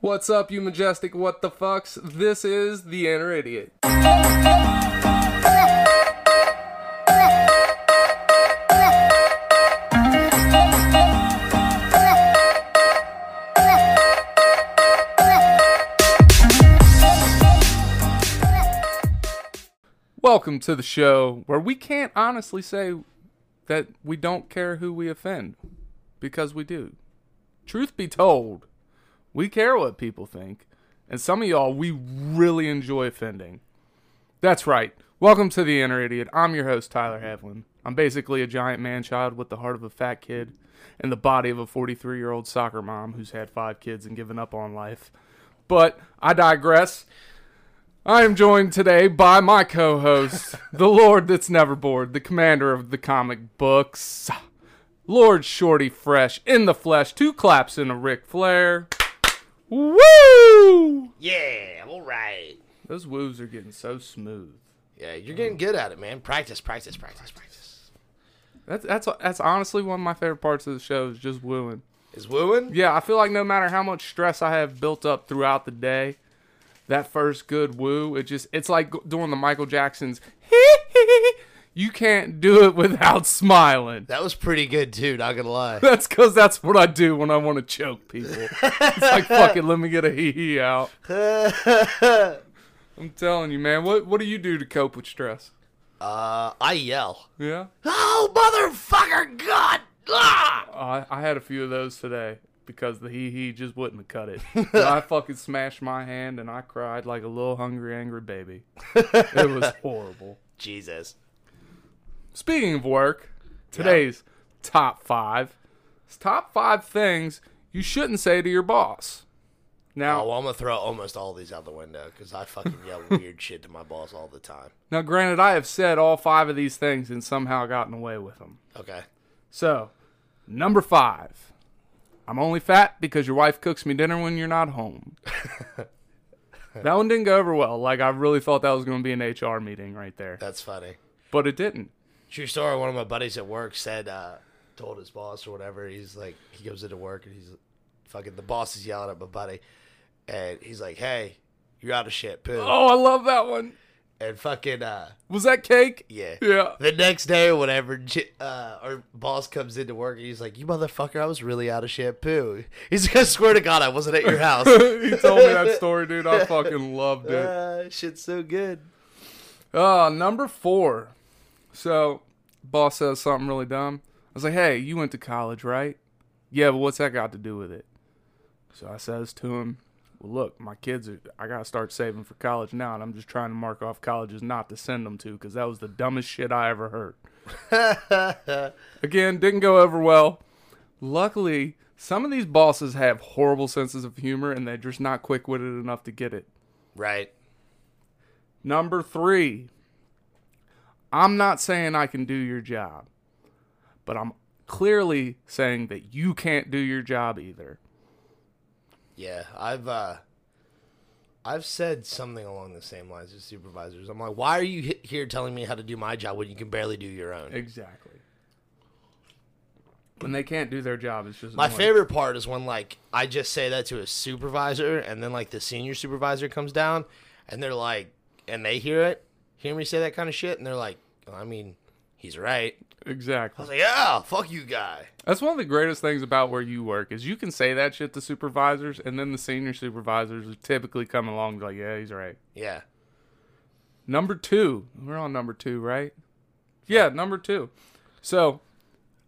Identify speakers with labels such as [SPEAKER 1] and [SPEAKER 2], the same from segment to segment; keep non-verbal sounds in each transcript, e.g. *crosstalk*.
[SPEAKER 1] What's up, you majestic what the fucks? This is the Inner Idiot. Welcome to the show where we can't honestly say that we don't care who we offend because we do. Truth be told, we care what people think, and some of y'all we really enjoy offending. That's right. Welcome to the Inner Idiot. I'm your host Tyler Havlin. I'm basically a giant man-child with the heart of a fat kid and the body of a 43-year-old soccer mom who's had five kids and given up on life. But I digress. I am joined today by my co-host, the Lord that's never bored, the commander of the comic books, Lord Shorty Fresh in the flesh, two claps in a Ric Flair. Woo!
[SPEAKER 2] Yeah, all right.
[SPEAKER 1] Those woos are getting so smooth.
[SPEAKER 2] Yeah, you're getting good at it, man. Practice, practice, practice, practice.
[SPEAKER 1] That's that's that's honestly one of my favorite parts of the show is just wooing.
[SPEAKER 2] Is wooing?
[SPEAKER 1] Yeah, I feel like no matter how much stress I have built up throughout the day, that first good woo, it just it's like doing the Michael Jackson's. you can't do it without smiling.
[SPEAKER 2] That was pretty good too. Not gonna *laughs* lie.
[SPEAKER 1] That's because that's what I do when I want to choke people. it's like fuck it, let me get a hee hee out. I'm telling you, man. What what do you do to cope with stress?
[SPEAKER 2] Uh, I yell.
[SPEAKER 1] Yeah,
[SPEAKER 2] Oh, motherfucker! God! Ah!
[SPEAKER 1] Oh, I I had a few of those today because the hee hee just wouldn't have cut it. So I fucking smashed my hand and I cried like a little hungry, angry baby. It was horrible.
[SPEAKER 2] Jesus.
[SPEAKER 1] Speaking of work, today's top five. It's top five things you shouldn't say to your boss. Now,
[SPEAKER 2] Oh, I'm gonna throw almost all these out the window because I fucking yell weird *laughs* shit to my boss all the time.
[SPEAKER 1] now, granted, I have said all five of these things and somehow gotten away with them.
[SPEAKER 2] Okay.
[SPEAKER 1] So, number five, I'm only fat because your wife cooks me dinner when you're not home. that one didn't go over well. Like, I really thought that was going to be an HR meeting right there,
[SPEAKER 2] That's funny.
[SPEAKER 1] but it didn't.
[SPEAKER 2] True story. One of my buddies at work said, uh, told his boss or whatever. He's like, he goes into work and he's fucking the boss is yelling at my buddy, and he's like, "Hey, you're out of shit, poo."
[SPEAKER 1] Oh, I love that one.
[SPEAKER 2] And fucking uh,
[SPEAKER 1] Was that cake?
[SPEAKER 2] yeah,
[SPEAKER 1] Yeah. *laughs*
[SPEAKER 2] The next day or whatever, J- uh, our boss comes into work and he's like, "You motherfucker, I was really out of shampoo." He's like, "I swear to God, I wasn't at your house."
[SPEAKER 1] he told me that story, dude. I fucking loved it.
[SPEAKER 2] uh, shit's so good.
[SPEAKER 1] Uh, number four. So, boss says something really dumb. I was like, hey, you went to college, right? Yeah, but what's that got to do with it? So I says to him, well, look, my kids, are, I got to start saving for college now, and I'm just trying to mark off colleges not to send them to because that was the dumbest shit I ever heard. Again, didn't go over well. Luckily, some of these bosses have horrible senses of humor, and they're just not quick witted enough to get it.
[SPEAKER 2] Right.
[SPEAKER 1] Number three, I'm not saying I can do your job, but I'm clearly saying that you can't do your job either.
[SPEAKER 2] Yeah, I've uh, I've said something along the same lines to supervisors. I'm like, "Why are you he- here telling me how to do my job when you can barely do your own?"
[SPEAKER 1] Exactly. When they can't do their job, it's just
[SPEAKER 2] My
[SPEAKER 1] annoying.
[SPEAKER 2] favorite part is when like I just say that to a supervisor and then like the senior supervisor comes down and they're like and they hear it, hear me say that kind of shit and they're like, I mean, he's right. I
[SPEAKER 1] Exactly.
[SPEAKER 2] was like, yeah, fuck you guy.
[SPEAKER 1] That's one of the greatest things about where you work is you can say that shit to supervisors, and then the senior supervisors will typically come along and be like, "Yeah, he's right."
[SPEAKER 2] Yeah.
[SPEAKER 1] Number two. We're on number two, right? Yeah, number two. So,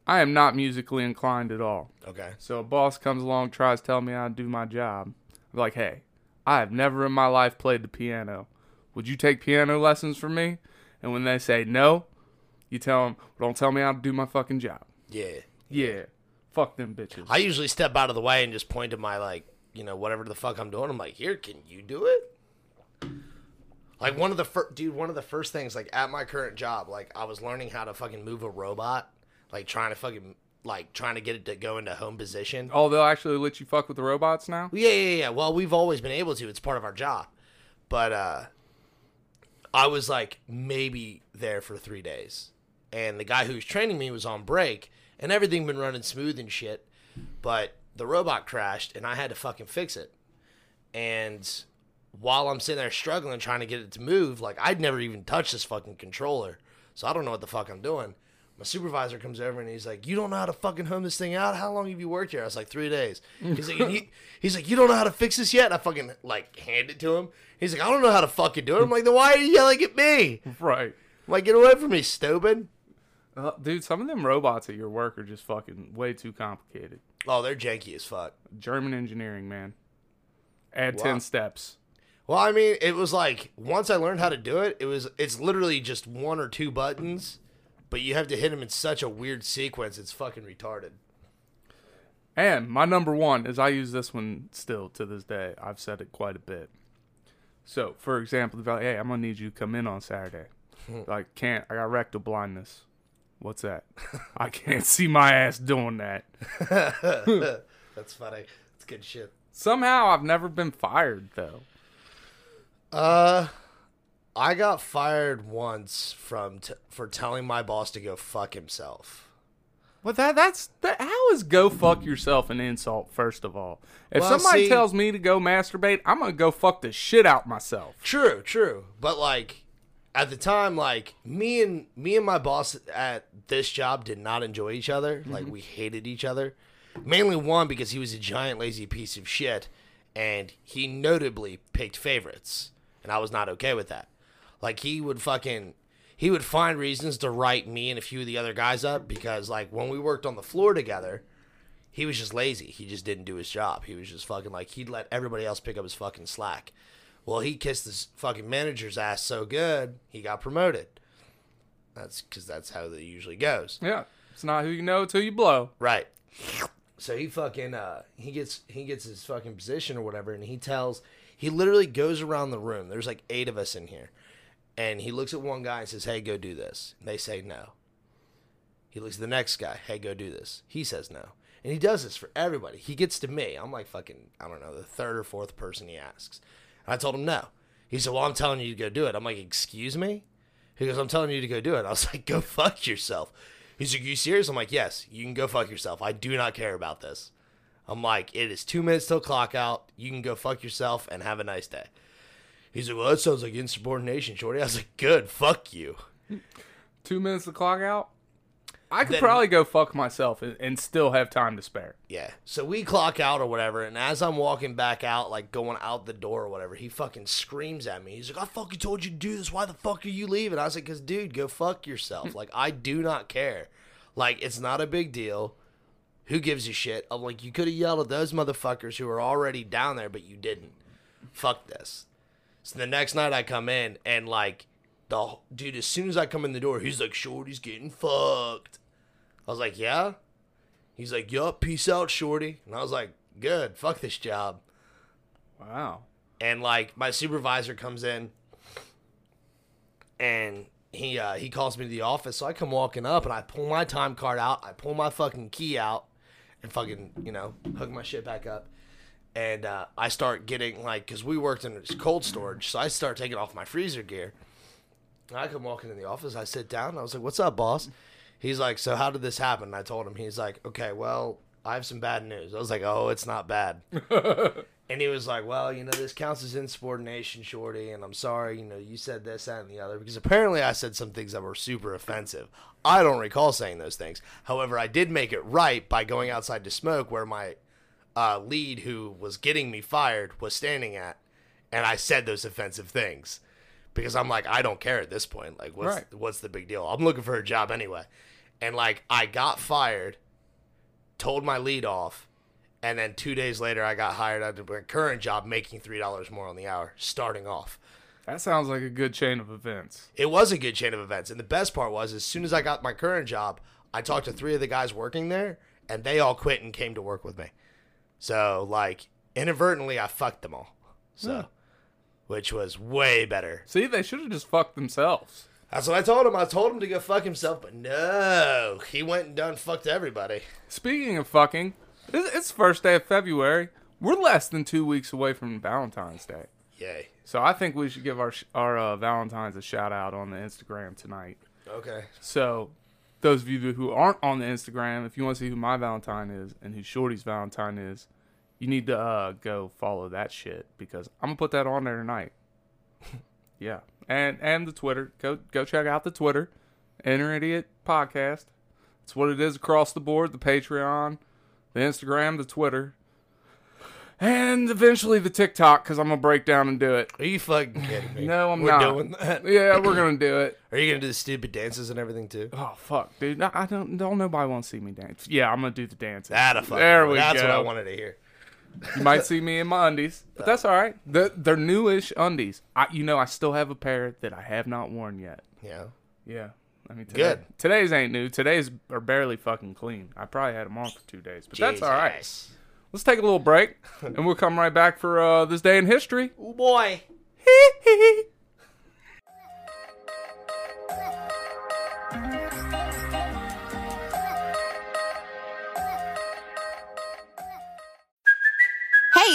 [SPEAKER 1] I am not musically inclined at all.
[SPEAKER 2] Okay.
[SPEAKER 1] So a boss comes along, tries to tell me how to do my job. I'm like, hey, I have never in my life played the piano. Would you take piano lessons from me? And when they say no, you tell them, don't tell me how to do my fucking job.
[SPEAKER 2] Yeah.
[SPEAKER 1] Yeah, fuck them bitches.
[SPEAKER 2] I usually step out of the way and just point to my like, you know, whatever the fuck I'm doing. I'm like, here, can you do it? Like one of the first, dude, one of the first things, like at my current job, like I was learning how to fucking move a robot, like trying to fucking, like trying to get it to go into home position.
[SPEAKER 1] Oh, they'll actually let you fuck with the robots now?
[SPEAKER 2] Yeah, yeah, yeah. Well, we've always been able to. It's part of our job. But uh I was like maybe there for 3 days. And the guy who was training me was on break and everything been running smooth and shit, but the robot crashed and I had to fucking fix it. And while I'm sitting there struggling trying to get it to move, like I'd never even touched this fucking controller. So I don't know what the fuck I'm doing. My supervisor comes over and he's like, "You don't know how to fucking home this thing out. How long have you worked here?" I was like, three days." He's like, and he, "He's like, you don't know how to fix this yet." And I fucking like hand it to him. He's like, "I don't know how to fucking do it." I'm like, "Then why are you yelling at me?" I'm
[SPEAKER 1] *laughs* Right.
[SPEAKER 2] like, "Get away from me, stupid!"
[SPEAKER 1] Uh, dude, some of them robots at your work are just fucking way too complicated.
[SPEAKER 2] Oh, they're janky as fuck.
[SPEAKER 1] German engineering, man. Add
[SPEAKER 2] Wow.
[SPEAKER 1] 10 steps.
[SPEAKER 2] Well, I mean, it was like once I learned how to do it, it was it's literally just one or two buttons, but you have to hit them in such a weird sequence. It's fucking retarded.
[SPEAKER 1] And my number one is I use this one still to this day. I've said it quite a bit. So, for example, they're like, hey, I'm gonna need you to come in on Saturday.
[SPEAKER 2] *laughs*
[SPEAKER 1] like, can't I got rectal blindness? What's that? I can't see my ass doing that.
[SPEAKER 2] That's funny. That's good shit.
[SPEAKER 1] Somehow I've never been fired though.
[SPEAKER 2] Uh, I got fired once from t- for telling my boss to go fuck himself.
[SPEAKER 1] Well, that that's that, how is go fuck yourself an insult? First of all, if
[SPEAKER 2] Well,
[SPEAKER 1] somebody
[SPEAKER 2] see-
[SPEAKER 1] tells me to go masturbate, I'm gonna go fuck the shit out myself.
[SPEAKER 2] True, true. But like at the time, like me and me and my boss at this job did not enjoy each other. Like we hated each other. Mainly one because he was a giant lazy piece of shit and he notably picked favorites. And I was not okay with that. Like he would fucking he would find reasons to write me and a few of the other guys up because like when we worked on the floor together, he was just lazy. He just didn't do his job. He was just fucking like he'd let everybody else pick up his fucking slack. Well, he kissed his fucking manager's ass so good he got promoted. That's because that's how that usually goes,
[SPEAKER 1] Yeah, it's not who you know till you blow.
[SPEAKER 2] right? So he fucking uh he gets he gets his fucking position or whatever, and he tells he literally goes around the room. There's like eight of us in here, and he looks at one guy and says, "Hey, go do this." And they say no. He looks at the next guy. Hey, go do this. He says no. And he does this for everybody. He gets to me. I'm like fucking, I don't know, the third or fourth person he asks. And I told him no. He said, Well, I'm telling you to go do it. I'm like, Excuse me? He goes, I'm telling you to go do it. I was *laughs* like, Go fuck yourself. He's like, You serious? I'm like, Yes, you can go fuck yourself. I do not care about this. I'm like, It is two minutes till clock out. You can go fuck yourself and have a nice day. He's like, Well, that sounds like insubordination, Shorty. I was like, Good, fuck you.
[SPEAKER 1] Two minutes to clock out. I could
[SPEAKER 2] Then-
[SPEAKER 1] probably go fuck myself and, and still have time to spare.
[SPEAKER 2] Yeah. So we clock out or whatever, and as I'm walking back out, like going out the door or whatever, he fucking screams at me. He's like, I fucking told you to do this. Why the fuck are you leaving? I was like, because, dude, go fuck yourself. like, I do not care. Like, it's not a big deal. Who gives a shit? I'm like, you could have yelled at those motherfuckers who are already down there, but you didn't. Fuck this. So the next night I come in, and like, the dude, as soon as I come in the door, he's like, Shorty's getting fucked. I was like, yeah? He's like, Yup, peace out, Shorty. And I was like, Good, fuck this job.
[SPEAKER 1] Wow.
[SPEAKER 2] And like my supervisor comes in and he uh, he calls me to the office. So I come walking up and I pull my time card out, I pull my fucking key out and fucking, you know, hook my shit back up. And uh, I start getting like, because we worked in cold storage, so I start taking off my freezer gear. And I come walking in the office. I sit down. I was like, "What's up, boss?" He's like, "So how did this happen?" And I told him. He's like, "Okay, well, I have some bad news." I was like, "Oh, it's not bad." and he was like, "Well, you know, this counts as insubordination, Shorty, and I'm sorry. You know, you said this, that, and the other because apparently I said some things that were super offensive. I don't recall saying those things. However, I did make it right by going outside to smoke, where my uh, lead, who was getting me fired, was standing at, and I said those offensive things because I'm like, I don't care at this point. Like, what's
[SPEAKER 1] Right.
[SPEAKER 2] what's the big deal? I'm looking for a job anyway, and like, I got fired, told my lead off, and then two days later, I got hired at my current job, making three dollars more on the hour, starting off.
[SPEAKER 1] That sounds like a good chain of events.
[SPEAKER 2] It was a good chain of events, and the best part was, as soon as I got my current job, I talked to three of the guys working there, and they all quit and came to work with me. So, like, inadvertently, I fucked them all. So, which was way better.
[SPEAKER 1] See, they should have just fucked themselves.
[SPEAKER 2] That's what I told him. I told him to go fuck himself, but no, he went and done fucked everybody.
[SPEAKER 1] Speaking of fucking, it's it's first day of February. We're less than two weeks away from Valentine's Day,
[SPEAKER 2] Yay.
[SPEAKER 1] so I think we should give our sh- our uh, Valentines a shout out on the Instagram tonight.
[SPEAKER 2] Okay.
[SPEAKER 1] So, those of you who aren't on the Instagram, if you want to see who my Valentine is and who Shorty's Valentine is, You need to uh, go follow that shit because I'm gonna put that on there tonight. yeah, and and the Twitter. Go go check out the Twitter, Inner Idiot Podcast. It's what it is across the board. The Patreon, the Instagram, the Twitter, and eventually the TikTok because I'm gonna break down and do it.
[SPEAKER 2] Are you fucking kidding me?
[SPEAKER 1] No, I'm
[SPEAKER 2] We're
[SPEAKER 1] not.
[SPEAKER 2] doing that.
[SPEAKER 1] Yeah, we're gonna do it.
[SPEAKER 2] Are you gonna do the stupid dances and everything too?
[SPEAKER 1] Oh fuck, dude! I I don't don't nobody want to see me dance. Yeah, I'm gonna do the dancing.
[SPEAKER 2] That a fucking.
[SPEAKER 1] There we
[SPEAKER 2] That's
[SPEAKER 1] go.
[SPEAKER 2] what I wanted to hear.
[SPEAKER 1] You might see me in my undies, but that's all right. They're, they're newish undies. I, you know, I still have a pair that I have not worn yet.
[SPEAKER 2] Yeah.
[SPEAKER 1] Yeah, I mean, today,
[SPEAKER 2] Good.
[SPEAKER 1] Today's ain't new. Today's are barely fucking clean. I probably had them on for two days, but that's all right.
[SPEAKER 2] Jesus.
[SPEAKER 1] Let's take a little
[SPEAKER 2] *laughs*
[SPEAKER 1] break, and we'll come right back for uh, this day in history. *laughs*
[SPEAKER 2] Oh boy.
[SPEAKER 3] Hey,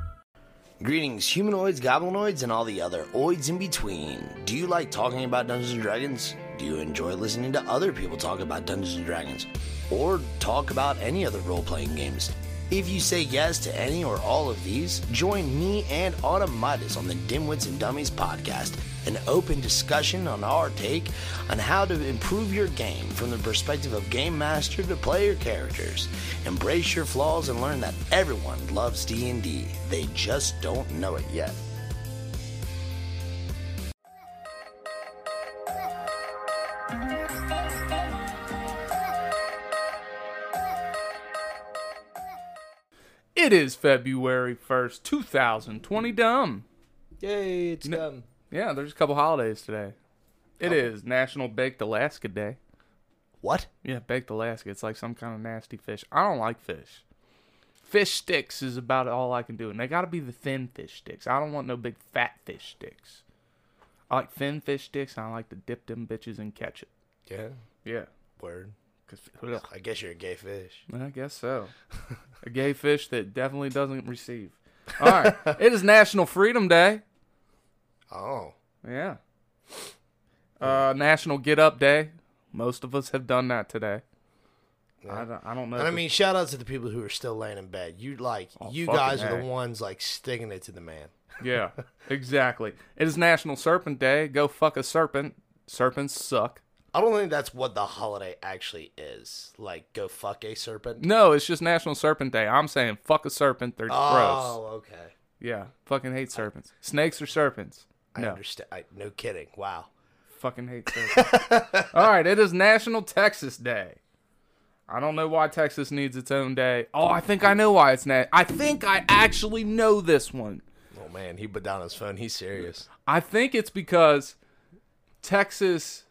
[SPEAKER 2] Greetings, humanoids, goblinoids, and all the other oids in between. Do you like talking about Dungeons and Dragons? Do you enjoy listening to other people talk about Dungeons and Dragons? Or talk about any other role playing games? If you say yes to any or all of these, join me and Automatus on the Dimwits and Dummies podcast, an open discussion on our take on how to improve your game from the perspective of game master to player characters. Embrace your flaws and learn that everyone loves D&D. They just don't know it yet.
[SPEAKER 1] It is February first, 2020. Dumb.
[SPEAKER 2] Yay, it's um, done.
[SPEAKER 1] Yeah, there's a couple holidays today. It is National Baked Alaska Day.
[SPEAKER 2] What?
[SPEAKER 1] Yeah, baked Alaska. It's like some kind of nasty fish. I don't like fish. Fish sticks is about all I can do, and they got to be the thin fish sticks. I don't want no big fat fish sticks. I like thin fish sticks, and I like to dip them bitches in ketchup.
[SPEAKER 2] Yeah,
[SPEAKER 1] Yeah,
[SPEAKER 2] word.
[SPEAKER 1] cause ugh,
[SPEAKER 2] I guess you're a gay fish.
[SPEAKER 1] I guess *laughs* so. A gay fish that definitely doesn't receive. All *laughs* right, it is National Freedom Day.
[SPEAKER 2] Oh.
[SPEAKER 1] Yeah. Uh, National Get Up Day. Most of us have done that today. I, don't, I don't know.
[SPEAKER 2] And
[SPEAKER 1] if
[SPEAKER 2] I
[SPEAKER 1] it's-
[SPEAKER 2] mean, shout out to the people who are still laying in bed. You like, you
[SPEAKER 1] Oh, fucking
[SPEAKER 2] guys are
[SPEAKER 1] A.
[SPEAKER 2] the ones like sticking it to the man.
[SPEAKER 1] Yeah, exactly. It is National Serpent Day. Go fuck a serpent. Serpents suck.
[SPEAKER 2] I don't think that's what the holiday actually is. Like, go fuck a serpent.
[SPEAKER 1] No, it's just National Serpent Day. I'm saying fuck a serpent. They're gross.
[SPEAKER 2] Oh, okay.
[SPEAKER 1] Yeah, fucking hate serpents. Snakes are serpents.
[SPEAKER 2] I
[SPEAKER 1] No,
[SPEAKER 2] understand. I, no kidding. Wow.
[SPEAKER 1] fucking hate serpents.
[SPEAKER 2] *laughs*
[SPEAKER 1] All right, it is National Texas Day. I don't know why Texas needs its own day. Oh, I think I know why it's na- I think I actually know this one.
[SPEAKER 2] Oh man, he put down his phone. He's serious.
[SPEAKER 1] I think it's because Texas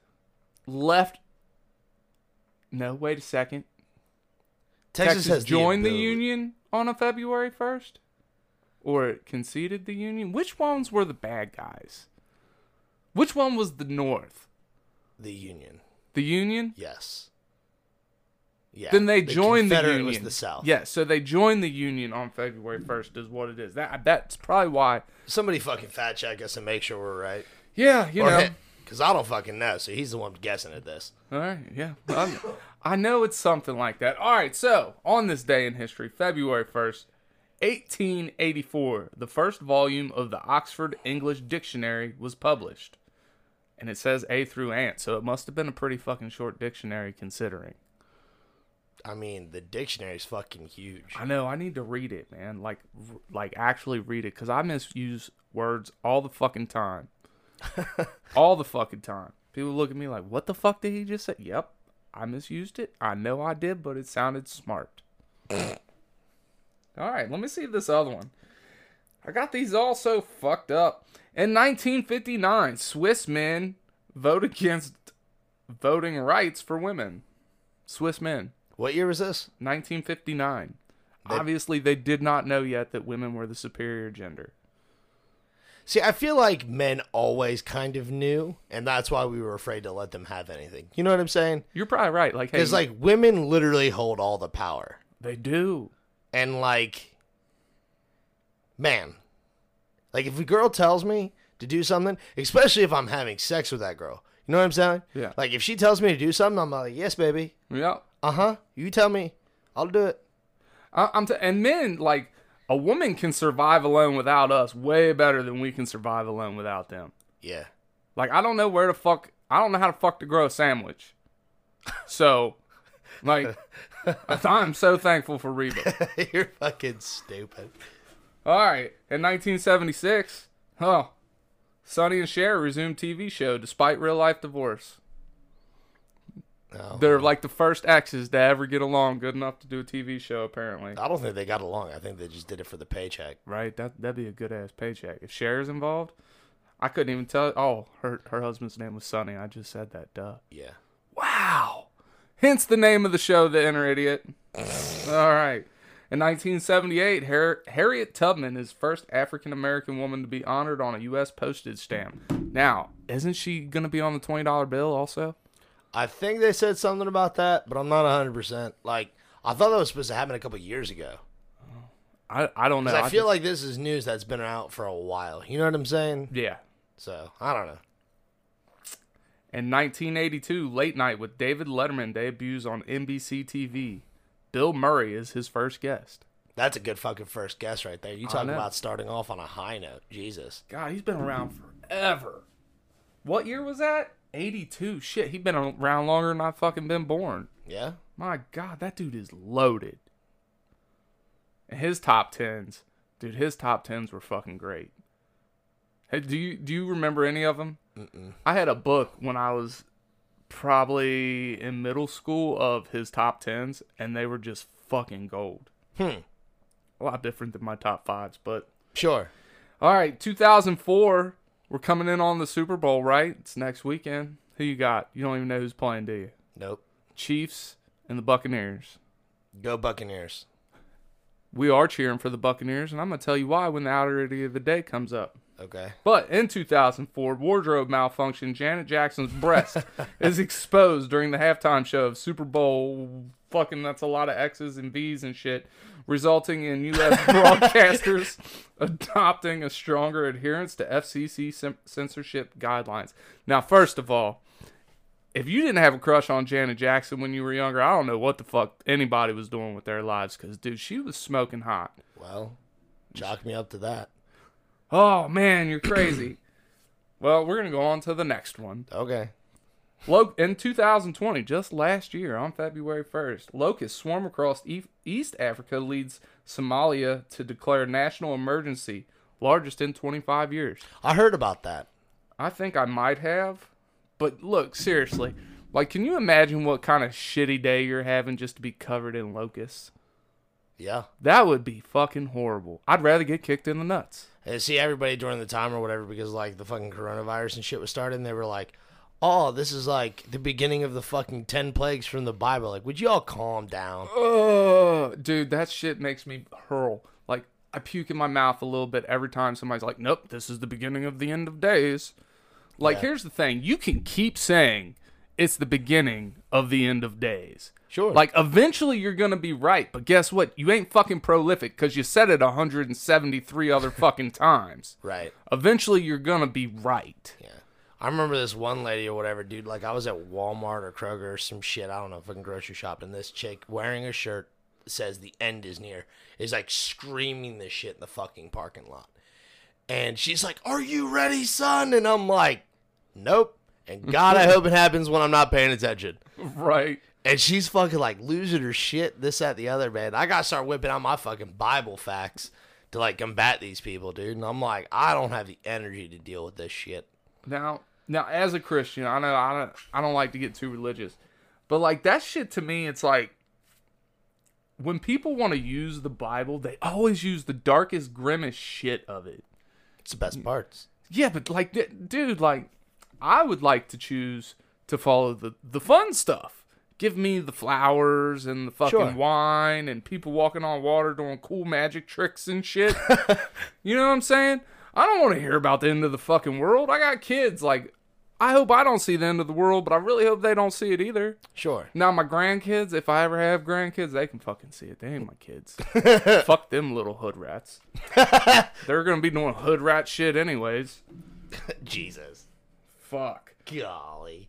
[SPEAKER 1] left. No, wait a second.
[SPEAKER 2] Texas,
[SPEAKER 1] Texas,
[SPEAKER 2] has
[SPEAKER 1] joined the,
[SPEAKER 2] ability-
[SPEAKER 1] union on a February 1st or it conceded the union. Which ones were the bad guys? Which one was the North?
[SPEAKER 2] The union.
[SPEAKER 1] The Union?
[SPEAKER 2] Yes. Yeah.
[SPEAKER 1] Then they joined the
[SPEAKER 2] Confederate
[SPEAKER 1] Union.
[SPEAKER 2] Was the South.
[SPEAKER 1] Yeah, so they joined the Union on February 1st is what it is. That that's probably why.
[SPEAKER 2] Somebody fucking fact check us and make sure we're right.
[SPEAKER 1] Yeah, you know.
[SPEAKER 2] Because I don't fucking know, so he's the one guessing at this.
[SPEAKER 1] All right, yeah. I'm- i know it's something like that. All right, so on this day in history, February 1st, 1884, the first volume of the Oxford English Dictionary was published. And it says A through ant, so it must have been a pretty fucking short dictionary considering.
[SPEAKER 2] I mean, the dictionary's fucking huge.
[SPEAKER 1] I know, I need to read it, man. Like r- like actually read it cuz I misuse words all the fucking time. all the fucking time. People look at me like, "What the fuck did he just say?" Yep. I misused it. I know I did, but it sounded smart. all right, let me see this other one. I got these all so fucked up. In 1959, Swiss men vote against voting rights for women. Swiss men.
[SPEAKER 2] What year was this?
[SPEAKER 1] 1959. Obviously, they did not know yet that women were the superior gender.
[SPEAKER 2] See, I feel like men always kind of knew, and that's why we were afraid to let them have anything. You know what I'm saying?
[SPEAKER 1] You're probably right. Like, hey,
[SPEAKER 2] Because like women literally hold all the power,
[SPEAKER 1] they do.
[SPEAKER 2] and like, man, like if a girl tells me to do something, especially if I'm having sex with that girl, you know what I'm saying?
[SPEAKER 1] Yeah.
[SPEAKER 2] Like if she tells me to do something, I'm like, yes, baby.
[SPEAKER 1] Yeah.
[SPEAKER 2] Uh huh. You tell me, I'll do it.
[SPEAKER 1] I, I'm t- and men like a woman can survive alone without us way better than we can survive alone without them.
[SPEAKER 2] Yeah. *laughs*
[SPEAKER 1] Like I don't know where to fuck. I don't know how to fuck to grow a sandwich. So, like, *laughs* I'm so thankful for Reba.
[SPEAKER 2] You're fucking stupid.
[SPEAKER 1] All right. In 1976, huh? Sonny and Cher resumed TV show despite real life divorce.
[SPEAKER 2] No.
[SPEAKER 1] They're like the first exes to ever get along good enough to do a TV show, apparently.
[SPEAKER 2] I don't think they got along. I think they just did it for the paycheck.
[SPEAKER 1] Right? That that'd be a good ass paycheck if Cher's involved. I couldn't even tell. Oh, her her husband's name was Sonny. I just said that. Duh.
[SPEAKER 2] Yeah.
[SPEAKER 1] Wow. Hence the name of the show, The Inner
[SPEAKER 2] *laughs*
[SPEAKER 1] Idiot. All right. In 1978, Har- Harriet Tubman is first African American woman to be honored on a U.S. postage stamp. Now, isn't she going to be on the $20 bill also?
[SPEAKER 2] I think they said something about that, but I'm not 100%. Like, I thought that was supposed to happen a couple years ago.
[SPEAKER 1] I, I don't know.
[SPEAKER 2] 'Cause I feel
[SPEAKER 1] just-
[SPEAKER 2] like this is news that's been out for a while. You know what I'm saying?
[SPEAKER 1] Yeah.
[SPEAKER 2] So, I don't know.
[SPEAKER 1] In 1982, Late Night with David Letterman debuts on NBC TV. Bill Murray is his first guest.
[SPEAKER 2] That's a good fucking first guess right there. You talking
[SPEAKER 1] know.
[SPEAKER 2] about starting off on a high note. Jesus.
[SPEAKER 1] God, he's been around forever. What year was that? 82. Shit, he's been around longer than I've fucking been born.
[SPEAKER 2] Yeah?
[SPEAKER 1] My God, that dude is loaded. And his top tens, dude, his top tens were fucking great. Hey, do you do you remember any of them? Mm-mm. I had a book when I was probably in middle school of his top tens, and they were just fucking gold.
[SPEAKER 2] Hmm.
[SPEAKER 1] A lot different than my top fives, but
[SPEAKER 2] Sure.
[SPEAKER 1] all right, 2004. We're coming in on the Super Bowl, right? It's next weekend. Who you got? You don't even know who's playing, do you?
[SPEAKER 2] Nope.
[SPEAKER 1] Chiefs and the Buccaneers.
[SPEAKER 2] Go Buccaneers.
[SPEAKER 1] we are cheering for the Buccaneers, and I'm going to tell you why when the outer idiot of the day comes up.
[SPEAKER 2] Okay.
[SPEAKER 1] But in 2004, wardrobe malfunction, Janet Jackson's breast is exposed during the halftime show of Super Bowl. Fucking, that's a lot of X's and V's and shit, resulting in U.S. broadcasters adopting a stronger adherence to FCC cen- censorship guidelines. Now, first of all, if you didn't have a crush on Janet Jackson when you were younger, I don't know what the fuck anybody was doing with their lives because, dude, she was smoking hot.
[SPEAKER 2] Well, chalk me up to that.
[SPEAKER 1] Oh, man, you're crazy. *clears throat* well, we're going to go on to the next one.
[SPEAKER 2] Okay.
[SPEAKER 1] Lo- in 2020, just last year on February 1st, locusts swarm across e- East Africa leads Somalia to declare national emergency, largest in 25 years.
[SPEAKER 2] I heard about that.
[SPEAKER 1] I think I might have, but look, seriously, like, can you imagine what kind of shitty day you're having just to be covered in locusts?
[SPEAKER 2] Yeah.
[SPEAKER 1] That would be fucking horrible. I'd rather get kicked in the nuts.
[SPEAKER 2] and see everybody during the time or whatever because like the fucking coronavirus and shit was starting they were like oh this is like the beginning of the fucking 10 plagues from the bible like would you all calm down
[SPEAKER 1] Oh, dude, that shit makes me hurl. Like I puke in my mouth a little bit every time somebody's like, "Nope, this is the beginning of the end of days." Like, here's the thing: you can keep saying it's the beginning of the end of days.
[SPEAKER 2] Sure.
[SPEAKER 1] Like, eventually you're gonna be right, but guess what? You ain't fucking prolific because you said it 173 other fucking times.
[SPEAKER 2] right
[SPEAKER 1] Eventually, you're gonna be right.
[SPEAKER 2] yeah i remember this one lady or whatever dude like i was at walmart or kroger or some shit i don't know fucking grocery shop and this chick wearing a shirt that says the end is near is like screaming this shit in the fucking parking lot and she's like are you ready son and i'm like nope and god i hope it happens when i'm not paying attention
[SPEAKER 1] *laughs* Right.
[SPEAKER 2] And she's fucking like losing her shit, this, that, the other, man. I gotta start whipping out my fucking Bible facts to like combat these people, dude. And I'm like, I don't have the energy to deal with this shit.
[SPEAKER 1] Now, now, as a Christian, I know I don't, I don't like to get too religious, but like that shit to me, it's like when people want to use the Bible, they always use the darkest, grimmest shit of it.
[SPEAKER 2] It's the best parts.
[SPEAKER 1] Yeah, but like, d- dude, like, I would like to choose to follow the the fun stuff. give me the flowers and the fucking
[SPEAKER 2] Sure.
[SPEAKER 1] wine and people walking on water doing cool magic tricks and shit. you know what I'm saying? I don't want to hear about the end of the fucking world. I got kids. Like, I hope I don't see the end of the world, but I really hope they don't see it either.
[SPEAKER 2] Sure.
[SPEAKER 1] Now my grandkids, if I ever have grandkids, they can fucking see it. They ain't my kids. Fuck them little hood rats. They're gonna be doing hood rat shit anyways.
[SPEAKER 2] *laughs* Jesus.
[SPEAKER 1] Fuck.
[SPEAKER 2] Golly.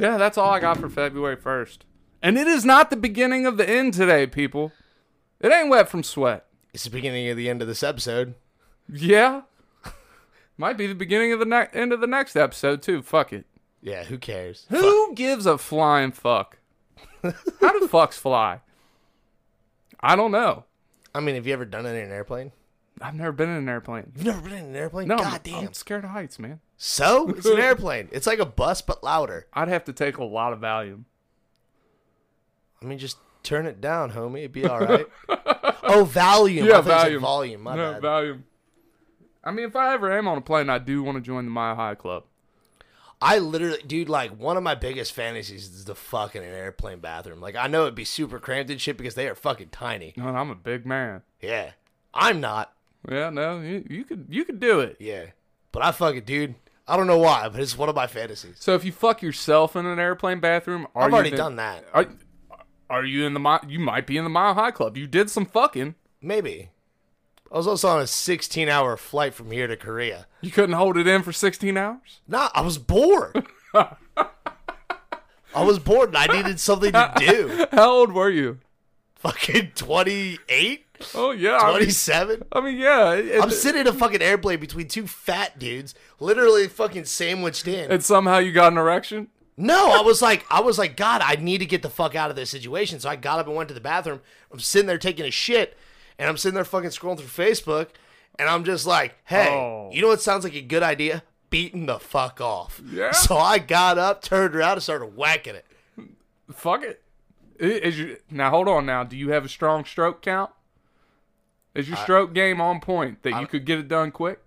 [SPEAKER 1] Yeah, that's all I got for February first. And it is not the beginning of the end today, people. It ain't wet from sweat.
[SPEAKER 2] It's the beginning of the end of this episode.
[SPEAKER 1] Yeah. *laughs* Might be the beginning of the ne- end of the next episode too. Fuck it.
[SPEAKER 2] Yeah, who cares?
[SPEAKER 1] Who gives a flying
[SPEAKER 2] *laughs*
[SPEAKER 1] fuck? How do fucks fly? I don't know.
[SPEAKER 2] I mean, have you ever done it in an airplane?
[SPEAKER 1] I've never been in an airplane.
[SPEAKER 2] You've never been in an airplane?
[SPEAKER 1] No, I'm-
[SPEAKER 2] God damn.
[SPEAKER 1] I'm scared of heights, man.
[SPEAKER 2] So? It's *laughs* an airplane. It's like a bus, but louder.
[SPEAKER 1] I'd have to take a lot of Valium.
[SPEAKER 2] I mean, just turn it down, homie. It'd be all *laughs* right. oh, volume. I thought you said volume. My
[SPEAKER 1] no,
[SPEAKER 2] bad.
[SPEAKER 1] Valium. I mean, if I ever am on a plane, I do want to join the Mile High Club.
[SPEAKER 2] I literally, dude, like one of my biggest fantasies is to fuck in an airplane bathroom. Like, I know it'd be super cramped and shit because they are fucking tiny.
[SPEAKER 1] No, I'm a big man.
[SPEAKER 2] Yeah. I'm not.
[SPEAKER 1] Yeah, no, you, you could you could do it.
[SPEAKER 2] Yeah. But I fuck it, dude. I don't know why, but it's one of my fantasies.
[SPEAKER 1] So if you fuck yourself in an airplane bathroom, are
[SPEAKER 2] I've
[SPEAKER 1] you
[SPEAKER 2] already
[SPEAKER 1] the-
[SPEAKER 2] done that.
[SPEAKER 1] Are, are you in the mile? You might be in the Mile High Club. You did some fucking.
[SPEAKER 2] Maybe. I was also on a 16 hour flight from here to Korea.
[SPEAKER 1] You couldn't hold it in for 16 hours.
[SPEAKER 2] Nah, I was bored.
[SPEAKER 1] *laughs*
[SPEAKER 2] I was bored and I needed something to
[SPEAKER 1] *laughs*
[SPEAKER 2] do.
[SPEAKER 1] How old were you?
[SPEAKER 2] Fucking 28?
[SPEAKER 1] Oh yeah, I mean,
[SPEAKER 2] 27?
[SPEAKER 1] I mean yeah. it- it- *laughs*
[SPEAKER 2] I'm sitting in a fucking airplane between two fat dudes, literally fucking sandwiched in.
[SPEAKER 1] and somehow you got an erection.
[SPEAKER 2] No, I was like, I was like, God, I need to get the fuck out of this situation. So I got up and went to the bathroom. I'm sitting there taking a shit, and I'm sitting there fucking scrolling through Facebook, and I'm just like, Hey,
[SPEAKER 1] Oh.
[SPEAKER 2] you know what sounds like a good idea? Beating the fuck off.
[SPEAKER 1] Yeah.
[SPEAKER 2] So I got up, turned around, and started whacking it.
[SPEAKER 1] Fuck it. I- Is your, now hold on. Now, do you have a strong stroke count? Is your stroke game on point that you could get it done quick?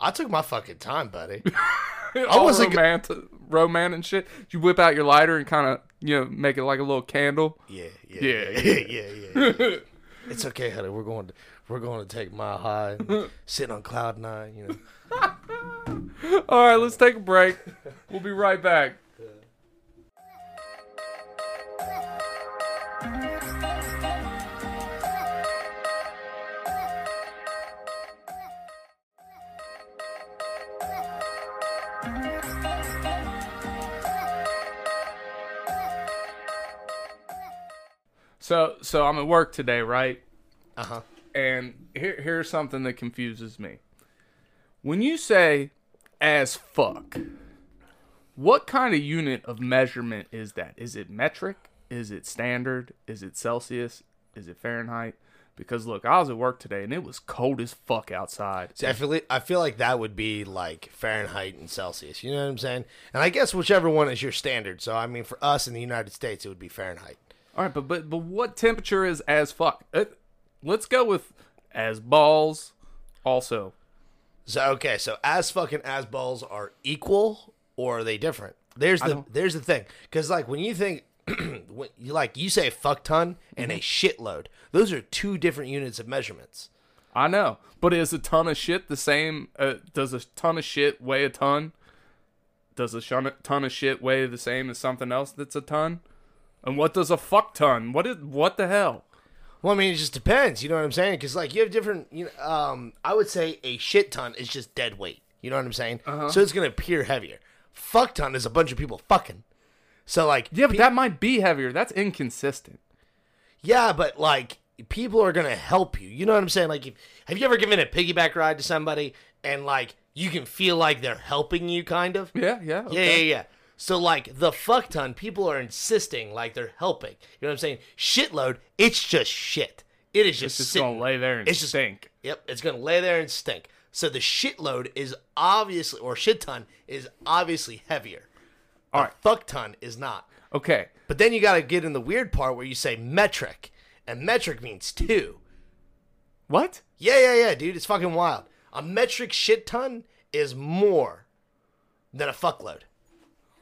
[SPEAKER 2] I took my fucking time, buddy.
[SPEAKER 1] *laughs* I
[SPEAKER 2] wasn't go-
[SPEAKER 1] romance, roman and shit. Did you whip out your lighter and kind of you know make it like a little candle.
[SPEAKER 2] Yeah, yeah,
[SPEAKER 1] Yeah,
[SPEAKER 2] yeah, yeah, yeah. yeah, yeah. it's okay, honey. We're going to we're going to take my high,
[SPEAKER 1] *laughs*
[SPEAKER 2] and sit on cloud nine. You know,
[SPEAKER 1] All right, let's take a break. We'll be right back. So, so I'm at work today, right?
[SPEAKER 2] uh huh.
[SPEAKER 1] And here, here's something that confuses me. When you say as fuck, what kind of unit of measurement is that? Is it metric? Is it standard? Is it Celsius? Is it Fahrenheit? Because look, I was at work today and it was cold as fuck outside.
[SPEAKER 2] See, I feel I feel like that would be like Fahrenheit and Celsius. You know what I'm saying? And I guess whichever one is your standard. So I mean, for us in the United States, it would be Fahrenheit.
[SPEAKER 1] All right, but but but what temperature is as fuck? It, let's go with as balls. Also,
[SPEAKER 2] So okay, so as fucking as balls are equal or are they different? There's the there's the thing because like when you think *clears throat* when you like you say a fuck ton and a shitload, those are two different units of measurements.
[SPEAKER 1] I know, but is a ton of shit the same? Uh, does a ton of shit weigh a ton? Does a shun- ton of shit weigh the same as something else that's a ton? And what does a fuck ton? What is what the hell?
[SPEAKER 2] Well, I mean, it just depends. You know what I'm saying? Because like you have different. You know, um, I would say a shit ton is just dead weight. You know what I'm saying?
[SPEAKER 1] Uh-huh.
[SPEAKER 2] So it's gonna appear heavier. Fuck ton is a bunch of people fucking. So like
[SPEAKER 1] Yeah, but that might be heavier. That's inconsistent.
[SPEAKER 2] yeah, but like people are gonna help you. You know what I'm saying? Like, if, have you ever given a piggyback ride to somebody and like you can feel like they're helping you, kind of?
[SPEAKER 1] Yeah, yeah,
[SPEAKER 2] Yeah,
[SPEAKER 1] okay.
[SPEAKER 2] yeah, yeah. So like the fuck ton, people are insisting like they're helping. You know what I'm saying? Shitload, it's just shit. It is
[SPEAKER 1] It's
[SPEAKER 2] just
[SPEAKER 1] just
[SPEAKER 2] sitting.
[SPEAKER 1] gonna lay there and
[SPEAKER 2] It's just-
[SPEAKER 1] stink.
[SPEAKER 2] Yep, it's gonna lay there and stink. So the shitload is obviously, or shit ton is obviously heavier. All right, fuck ton is not.
[SPEAKER 1] Okay,
[SPEAKER 2] But then you gotta get in the weird part where you say metric, and metric means two.
[SPEAKER 1] what?
[SPEAKER 2] Yeah, yeah, yeah, dude, it's fucking wild. A metric shit ton is more than a fuckload.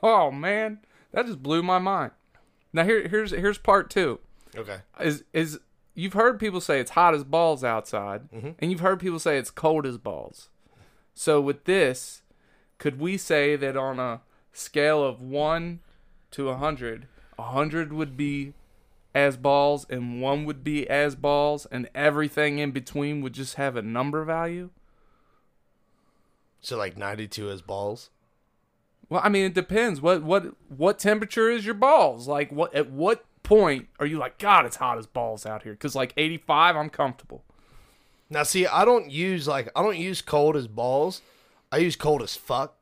[SPEAKER 1] Oh man, that just blew my mind. Now here here's here's part two.
[SPEAKER 2] Okay.
[SPEAKER 1] Is is you've heard people say it's hot as balls outside, and you've heard people say it's cold as balls. So with this, could we say that on a scale of one to a hundred, a hundred would be as balls, and one would be as balls, and everything in between would just have a number value?
[SPEAKER 2] So like 92 is balls.
[SPEAKER 1] Well, I mean, it depends. What what what temperature is your balls? Like, what at what point are you like, God, it's hot as balls out here? Because like eighty five, I'm comfortable.
[SPEAKER 2] Now see, I don't use like I don't use cold as balls. I use cold as fuck,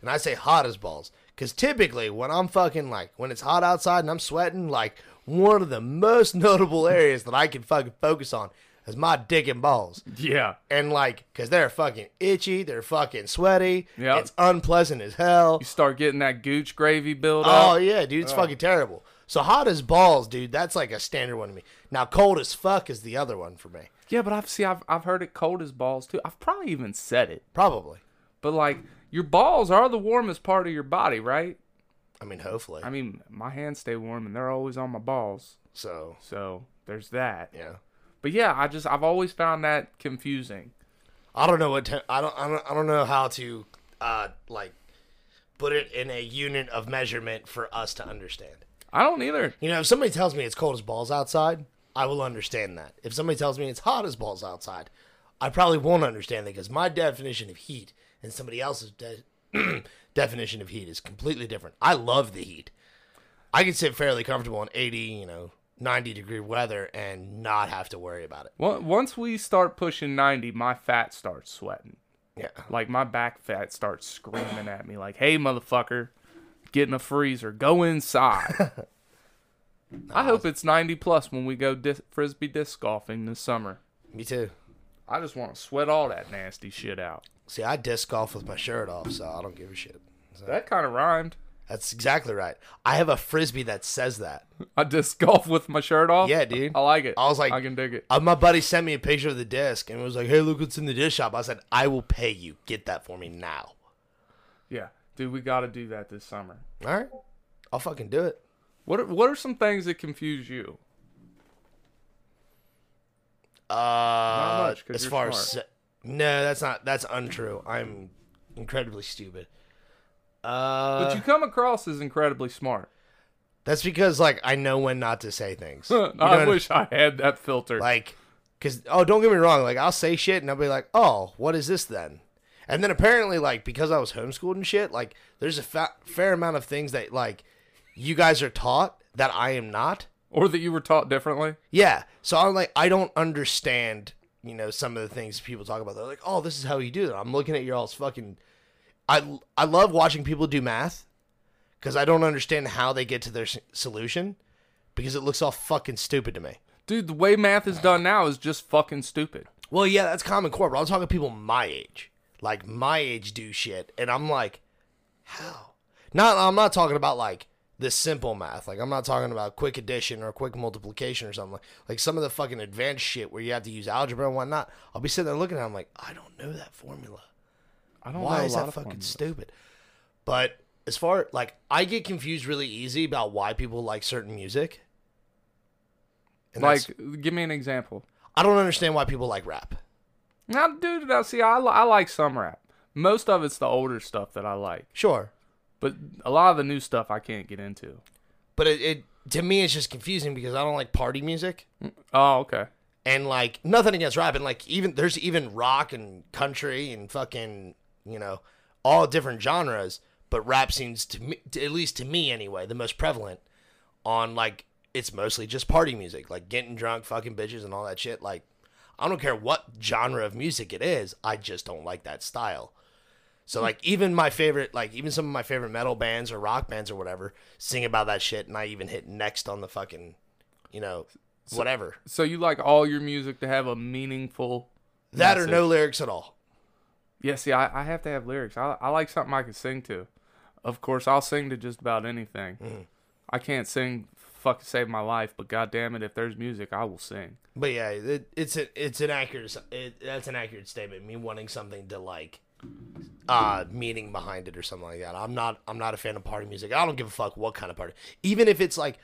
[SPEAKER 2] and I say hot as balls because typically when I'm fucking like when it's hot outside and I'm sweating, like one of the most *laughs* notable areas that I can fucking focus on is my dick and balls.
[SPEAKER 1] Yeah,
[SPEAKER 2] And like, cause they're fucking itchy, they're fucking sweaty.
[SPEAKER 1] Yep.
[SPEAKER 2] It's unpleasant as hell.
[SPEAKER 1] you start getting that gooch gravy build up.
[SPEAKER 2] Oh yeah, dude, it's fucking terrible. So hot as balls, dude. That's like a standard one to me. Now cold as fuck is the other one for me,
[SPEAKER 1] yeah, but I've see, I've I've heard it cold as balls too. I've probably even said it,
[SPEAKER 2] probably.
[SPEAKER 1] but like your balls are the warmest part of your body, right?
[SPEAKER 2] I mean, hopefully.
[SPEAKER 1] I mean, my hands stay warm, and they're always on my balls,
[SPEAKER 2] so
[SPEAKER 1] so there's that.
[SPEAKER 2] yeah,
[SPEAKER 1] But yeah, I just I've always found that confusing.
[SPEAKER 2] I don't know what te- I don't I don't I don't know how to uh like put it in a unit of measurement for us to understand.
[SPEAKER 1] I don't either.
[SPEAKER 2] You know, if somebody tells me it's cold as balls outside, I will understand that. If somebody tells me it's hot as balls outside, I probably won't understand that because my definition of heat and somebody else's de- *clears throat* definition of heat is completely different. I love the heat. I can sit fairly comfortable in 80, you know, 90 degree weather and not have to worry about it.
[SPEAKER 1] Well, once we start pushing 90, my fat starts sweating.
[SPEAKER 2] Yeah.
[SPEAKER 1] Like my back fat starts screaming at me like, "Hey motherfucker, get in a freezer, go
[SPEAKER 2] *laughs*
[SPEAKER 1] inside." I hope it's 90 plus when we go dis- frisbee disc golfing this summer.
[SPEAKER 2] Me too.
[SPEAKER 1] I just want to sweat all that nasty shit out.
[SPEAKER 2] See, I disc golf with my shirt off, so I don't give a shit. So
[SPEAKER 1] That kind of rhymed.
[SPEAKER 2] that's exactly right. I have a frisbee that says that.
[SPEAKER 1] I disc golf with my shirt off.
[SPEAKER 2] Yeah, dude.
[SPEAKER 1] I like it.
[SPEAKER 2] I was like,
[SPEAKER 1] I can dig it.
[SPEAKER 2] Uh, my buddy sent me a picture of the disc and was like, "Hey, look what's in the disc shop." I said, "I will pay you. Get that for me now."
[SPEAKER 1] Yeah, dude, we got to do that this summer.
[SPEAKER 2] All right, I'll fucking do it.
[SPEAKER 1] What are, what are some things that confuse you?
[SPEAKER 2] Uh,
[SPEAKER 1] much, 'cause
[SPEAKER 2] as
[SPEAKER 1] you're
[SPEAKER 2] far as
[SPEAKER 1] smart.
[SPEAKER 2] no, that's not that's untrue. I'm incredibly stupid. Uh,
[SPEAKER 1] But you come across as incredibly smart. *laughs*
[SPEAKER 2] that's because like I know when not to say things. You know what
[SPEAKER 1] I
[SPEAKER 2] I-
[SPEAKER 1] wish I had that filter.
[SPEAKER 2] like because oh don't get me wrong like i'll say shit and i'll be like oh what is this then and then apparently like because i was homeschooled and shit like there's a fa- fair amount of things that like you guys are taught that i am not
[SPEAKER 1] or that you were taught differently.
[SPEAKER 2] yeah so i'm like i don't understand you know some of the things people talk about they're like oh this is how you do that i'm looking at your all's fucking i i love watching people do math because i don't understand how they get to their s- solution because it looks all fucking stupid to me
[SPEAKER 1] Dude, the way math is done now is just fucking stupid.
[SPEAKER 2] Well, yeah, that's common core, but I'm talking people my age, like my age do shit, and I'm like, how? Not, I'm not talking about like the simple math. Like I'm not talking about quick addition or quick multiplication or something. Like, like some of the fucking advanced shit where you have to use algebra and whatnot. I'll be sitting there looking at, it, I'm like, I don't know that formula.
[SPEAKER 1] I don't
[SPEAKER 2] Why
[SPEAKER 1] know a
[SPEAKER 2] is
[SPEAKER 1] lot
[SPEAKER 2] that
[SPEAKER 1] of
[SPEAKER 2] fucking
[SPEAKER 1] formulas.
[SPEAKER 2] stupid? But as far like I get confused really easy about why people like certain music. And like
[SPEAKER 1] Like, give me an example.
[SPEAKER 2] I don't understand why people like rap.
[SPEAKER 1] Now, dude, now see, I, li- I like some rap. Most of it's the older stuff that I like,
[SPEAKER 2] Sure,
[SPEAKER 1] but a lot of the new stuff I can't get into.
[SPEAKER 2] but it, it to me it's just confusing because I don't like party music
[SPEAKER 1] Oh, okay.
[SPEAKER 2] and like nothing against rap and like even there's even rock and country and fucking you know all different genres but rap seems to me to, at least to me anyway the most prevalent on like it's mostly just party music like getting drunk fucking bitches and all that shit like I don't care what genre of music it is I just don't like that style so like even my favorite like even some of my favorite metal bands or rock bands or whatever sing about that shit and I even hit next on the fucking you know whatever
[SPEAKER 1] So you like all your music to have a meaningful.
[SPEAKER 2] that or
[SPEAKER 1] message.
[SPEAKER 2] no lyrics at all.
[SPEAKER 1] Yeah, see, I, I have to have lyrics. I, I like something I can sing to. Of course, I'll sing to just about anything.
[SPEAKER 2] Mm.
[SPEAKER 1] I can't sing fucking save my life, but goddamn it, if there's music, I will sing.
[SPEAKER 2] But yeah, it, it's a, it's an accurate it, that's an accurate statement. Me wanting something to like uh meaning behind it or something like that. I'm not I'm not a fan of party music. I don't give a fuck what kind of party. Even if it's like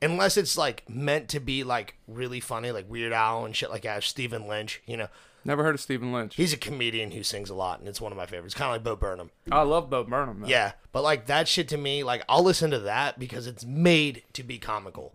[SPEAKER 2] unless it's like meant to be like really funny, like Weird Al and shit like that. Stephen Lynch, you know,
[SPEAKER 1] Never heard of Stephen Lynch.
[SPEAKER 2] he's a comedian who sings a lot, and it's one of my favorites. Kind of like Bo Burnham.
[SPEAKER 1] I love Bo Burnham. Though.
[SPEAKER 2] Yeah, but like that shit to me, like I'll listen to that because it's made to be comical.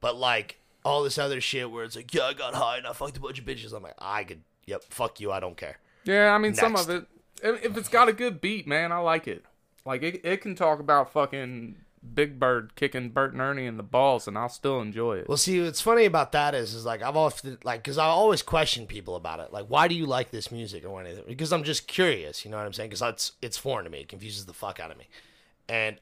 [SPEAKER 2] But like all this other shit where it's like, yeah, I got high and I fucked a bunch of bitches. I'm like, I could, yep, fuck you, I don't care.
[SPEAKER 1] Yeah, I mean, some
[SPEAKER 2] Next.
[SPEAKER 1] of it. If if it's got a good beat, man, I like it. Like, it, it can talk about fucking Big Bird kicking Bert and Ernie in the balls, and I'll still enjoy it.
[SPEAKER 2] Well, see, what's funny about that is, is like I've often like because I always question people about it, like why do you like this music or anything? Because I'm just curious, you know what I'm saying? Because it's it's foreign to me, it confuses the fuck out of me, and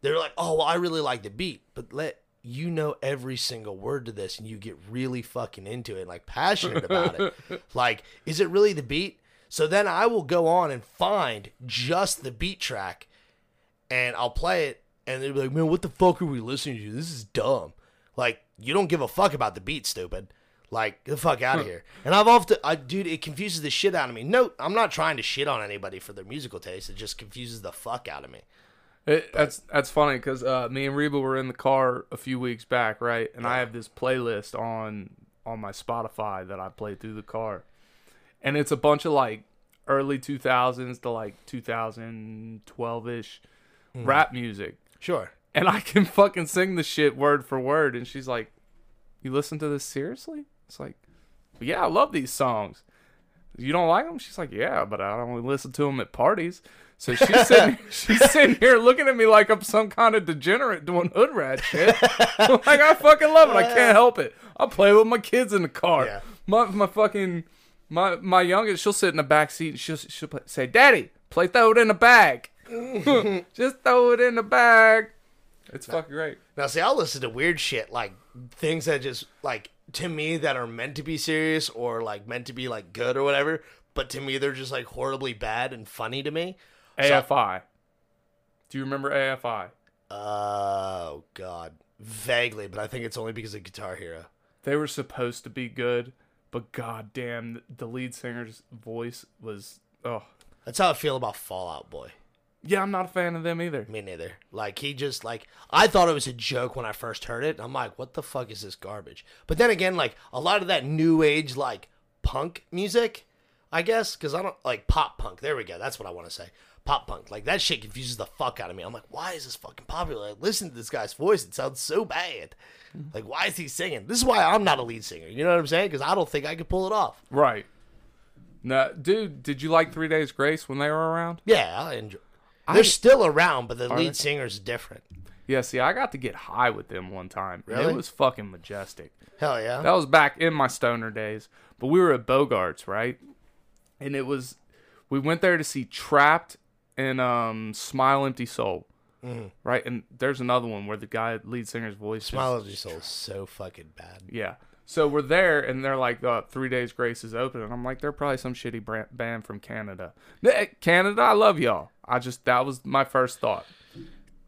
[SPEAKER 2] they're like, oh, well, I really like the beat, but let you know every single word to this, and you get really fucking into it, like passionate about it. Like, is it really the beat? So then I will go on and find just the beat track and I'll play it, and they'll be like, "Man, what the fuck are we listening to? This is dumb. Like, you don't give a fuck about the beat, stupid. Like, get the fuck out of here." And I've often, I, dude, it confuses the shit out of me. No, I'm not trying to shit on anybody for their musical taste. It just confuses the fuck out of me.
[SPEAKER 1] It, that's that's funny because uh, me and Reba were in the car a few weeks back, right? And I have this playlist on on my Spotify that I play through the car, and it's a bunch of like early two thousands to like two thousand twelve ish rap music,
[SPEAKER 2] Sure.
[SPEAKER 1] and I can fucking sing the shit word for word. And she's like, "You listen to this seriously?" It's like, "Yeah, I love these songs." You don't like them? She's like, "Yeah, but I only listen to them at parties." So she's sitting, she's sitting here looking at me like I'm some kind of degenerate doing hood rat shit. *laughs* like I fucking love it. I can't help it. I play with my kids in the car.
[SPEAKER 2] Yeah.
[SPEAKER 1] My my fucking my my youngest, she'll sit in the back seat and she'll she'll play, say, "Daddy, play throw it in the bag." *laughs* Just throw it in the bag. It's fucking great.
[SPEAKER 2] Now, see, I'll listen to weird shit like things that just like to me that are meant to be serious or like meant to be like good or whatever, but to me they're just like horribly bad and funny to me.
[SPEAKER 1] AFI. Do you remember AFI?
[SPEAKER 2] Oh God, vaguely, but I think it's only because of Guitar Hero.
[SPEAKER 1] They were supposed to be good, but goddamn, the lead singer's voice was oh.
[SPEAKER 2] That's how I feel about Fallout Boy.
[SPEAKER 1] Yeah, I'm not a fan of them either.
[SPEAKER 2] Me neither. Like he just like I thought it was a joke when I first heard it. and I'm like, what the fuck is this garbage? But then again, like a lot of that new age like punk music, I guess, because I don't like pop punk. There we go. That's what I want to say. Pop punk. Like that shit confuses the fuck out of me. I'm like, why is this fucking popular? Like, listen to this guy's voice. It sounds so bad. Like, why is he singing? This is why I'm not a lead singer. You know what I'm saying? Because I don't think I could pull it off.
[SPEAKER 1] Right. No, dude, did you like Three Days Grace when they were around?
[SPEAKER 2] Yeah, I enjoy. They're still around, but the lead singer's different.
[SPEAKER 1] Yeah, see, I got to get high with them one time. and
[SPEAKER 2] Really?
[SPEAKER 1] It was fucking majestic.
[SPEAKER 2] Hell yeah.
[SPEAKER 1] That was back in my stoner days. But we were at Bogart's, right? And it was we went there to see Trapped and um Smile Empty Soul. Right? And there's another one where the guy lead singer's voice is-
[SPEAKER 2] Smile of Your Soul is so fucking bad.
[SPEAKER 1] Yeah. So we're there, and they're like, uh, Three Days Grace is open. And I'm like, they're probably some shitty brand- band from Canada. Eh, Canada, I love y'all. I just, that was my first thought.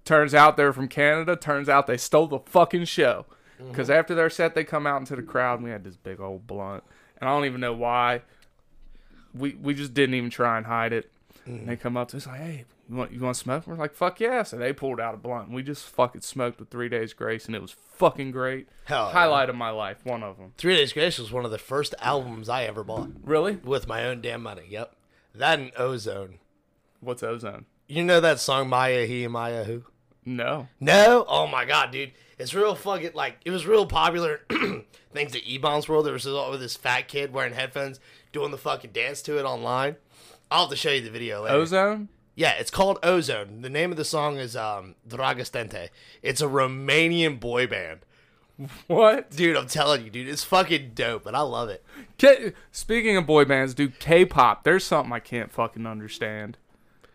[SPEAKER 1] Turns out they're from Canada. Turns out they stole the fucking show. Because after their set, they come out into the crowd, and we had this big old blunt. And I don't even know why. We we just didn't even try and hide it. And they come up to us like, hey, you want, you want to smoke? We're like, fuck yeah. So they pulled out a blunt, and we just fucking smoked with Three Days Grace, and it was fucking great.
[SPEAKER 2] Hell yeah.
[SPEAKER 1] Highlight of my life, one of them.
[SPEAKER 2] Three Days Grace was one of the first albums I ever bought
[SPEAKER 1] Really?
[SPEAKER 2] with my own damn money. Yep. That and Ozone.
[SPEAKER 1] What's ozone?
[SPEAKER 2] You know that song Maya He and Maya Who?
[SPEAKER 1] No.
[SPEAKER 2] No? Oh my god, dude. It's real fucking like it was real popular *clears throat* things at E Bombs World. There was all this fat kid wearing headphones doing the fucking dance to it online. I'll have to show you the video later.
[SPEAKER 1] Ozone?
[SPEAKER 2] Yeah, it's called Ozone. The name of the song is um, Dragostente. It's a Romanian boy band.
[SPEAKER 1] What?
[SPEAKER 2] Dude, I'm telling you, dude, it's fucking dope, and I love it.
[SPEAKER 1] K- Speaking of boy bands, dude, K-pop. There's something I can't fucking understand.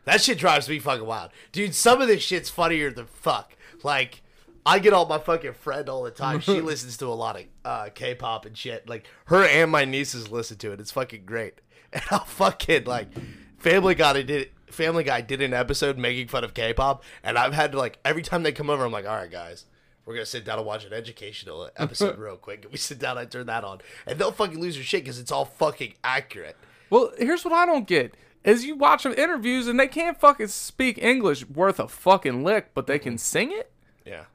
[SPEAKER 2] That shit drives me fucking wild. Dude, some of this shit's funnier than fuck. Like, I get all my fucking friend all the
[SPEAKER 1] *laughs*
[SPEAKER 2] time. She listens to a lot of uh, K-pop and shit. Like, her and my nieces listen to it. It's fucking great. *laughs* And I'll fucking, like, Family Guy did Family Guy did an episode making fun of K-pop, and I've had to, like, every time they come over, I'm like, all right, guys. We're gonna sit down and watch
[SPEAKER 1] *laughs*
[SPEAKER 2] an educational episode real quick. And we sit down, I turn that on, and they'll fucking lose their shit because it's all fucking accurate.
[SPEAKER 1] Well, here's what I don't get. Is you watch them interviews and they can't fucking speak English worth a fucking lick, but they can sing it?
[SPEAKER 2] Yeah.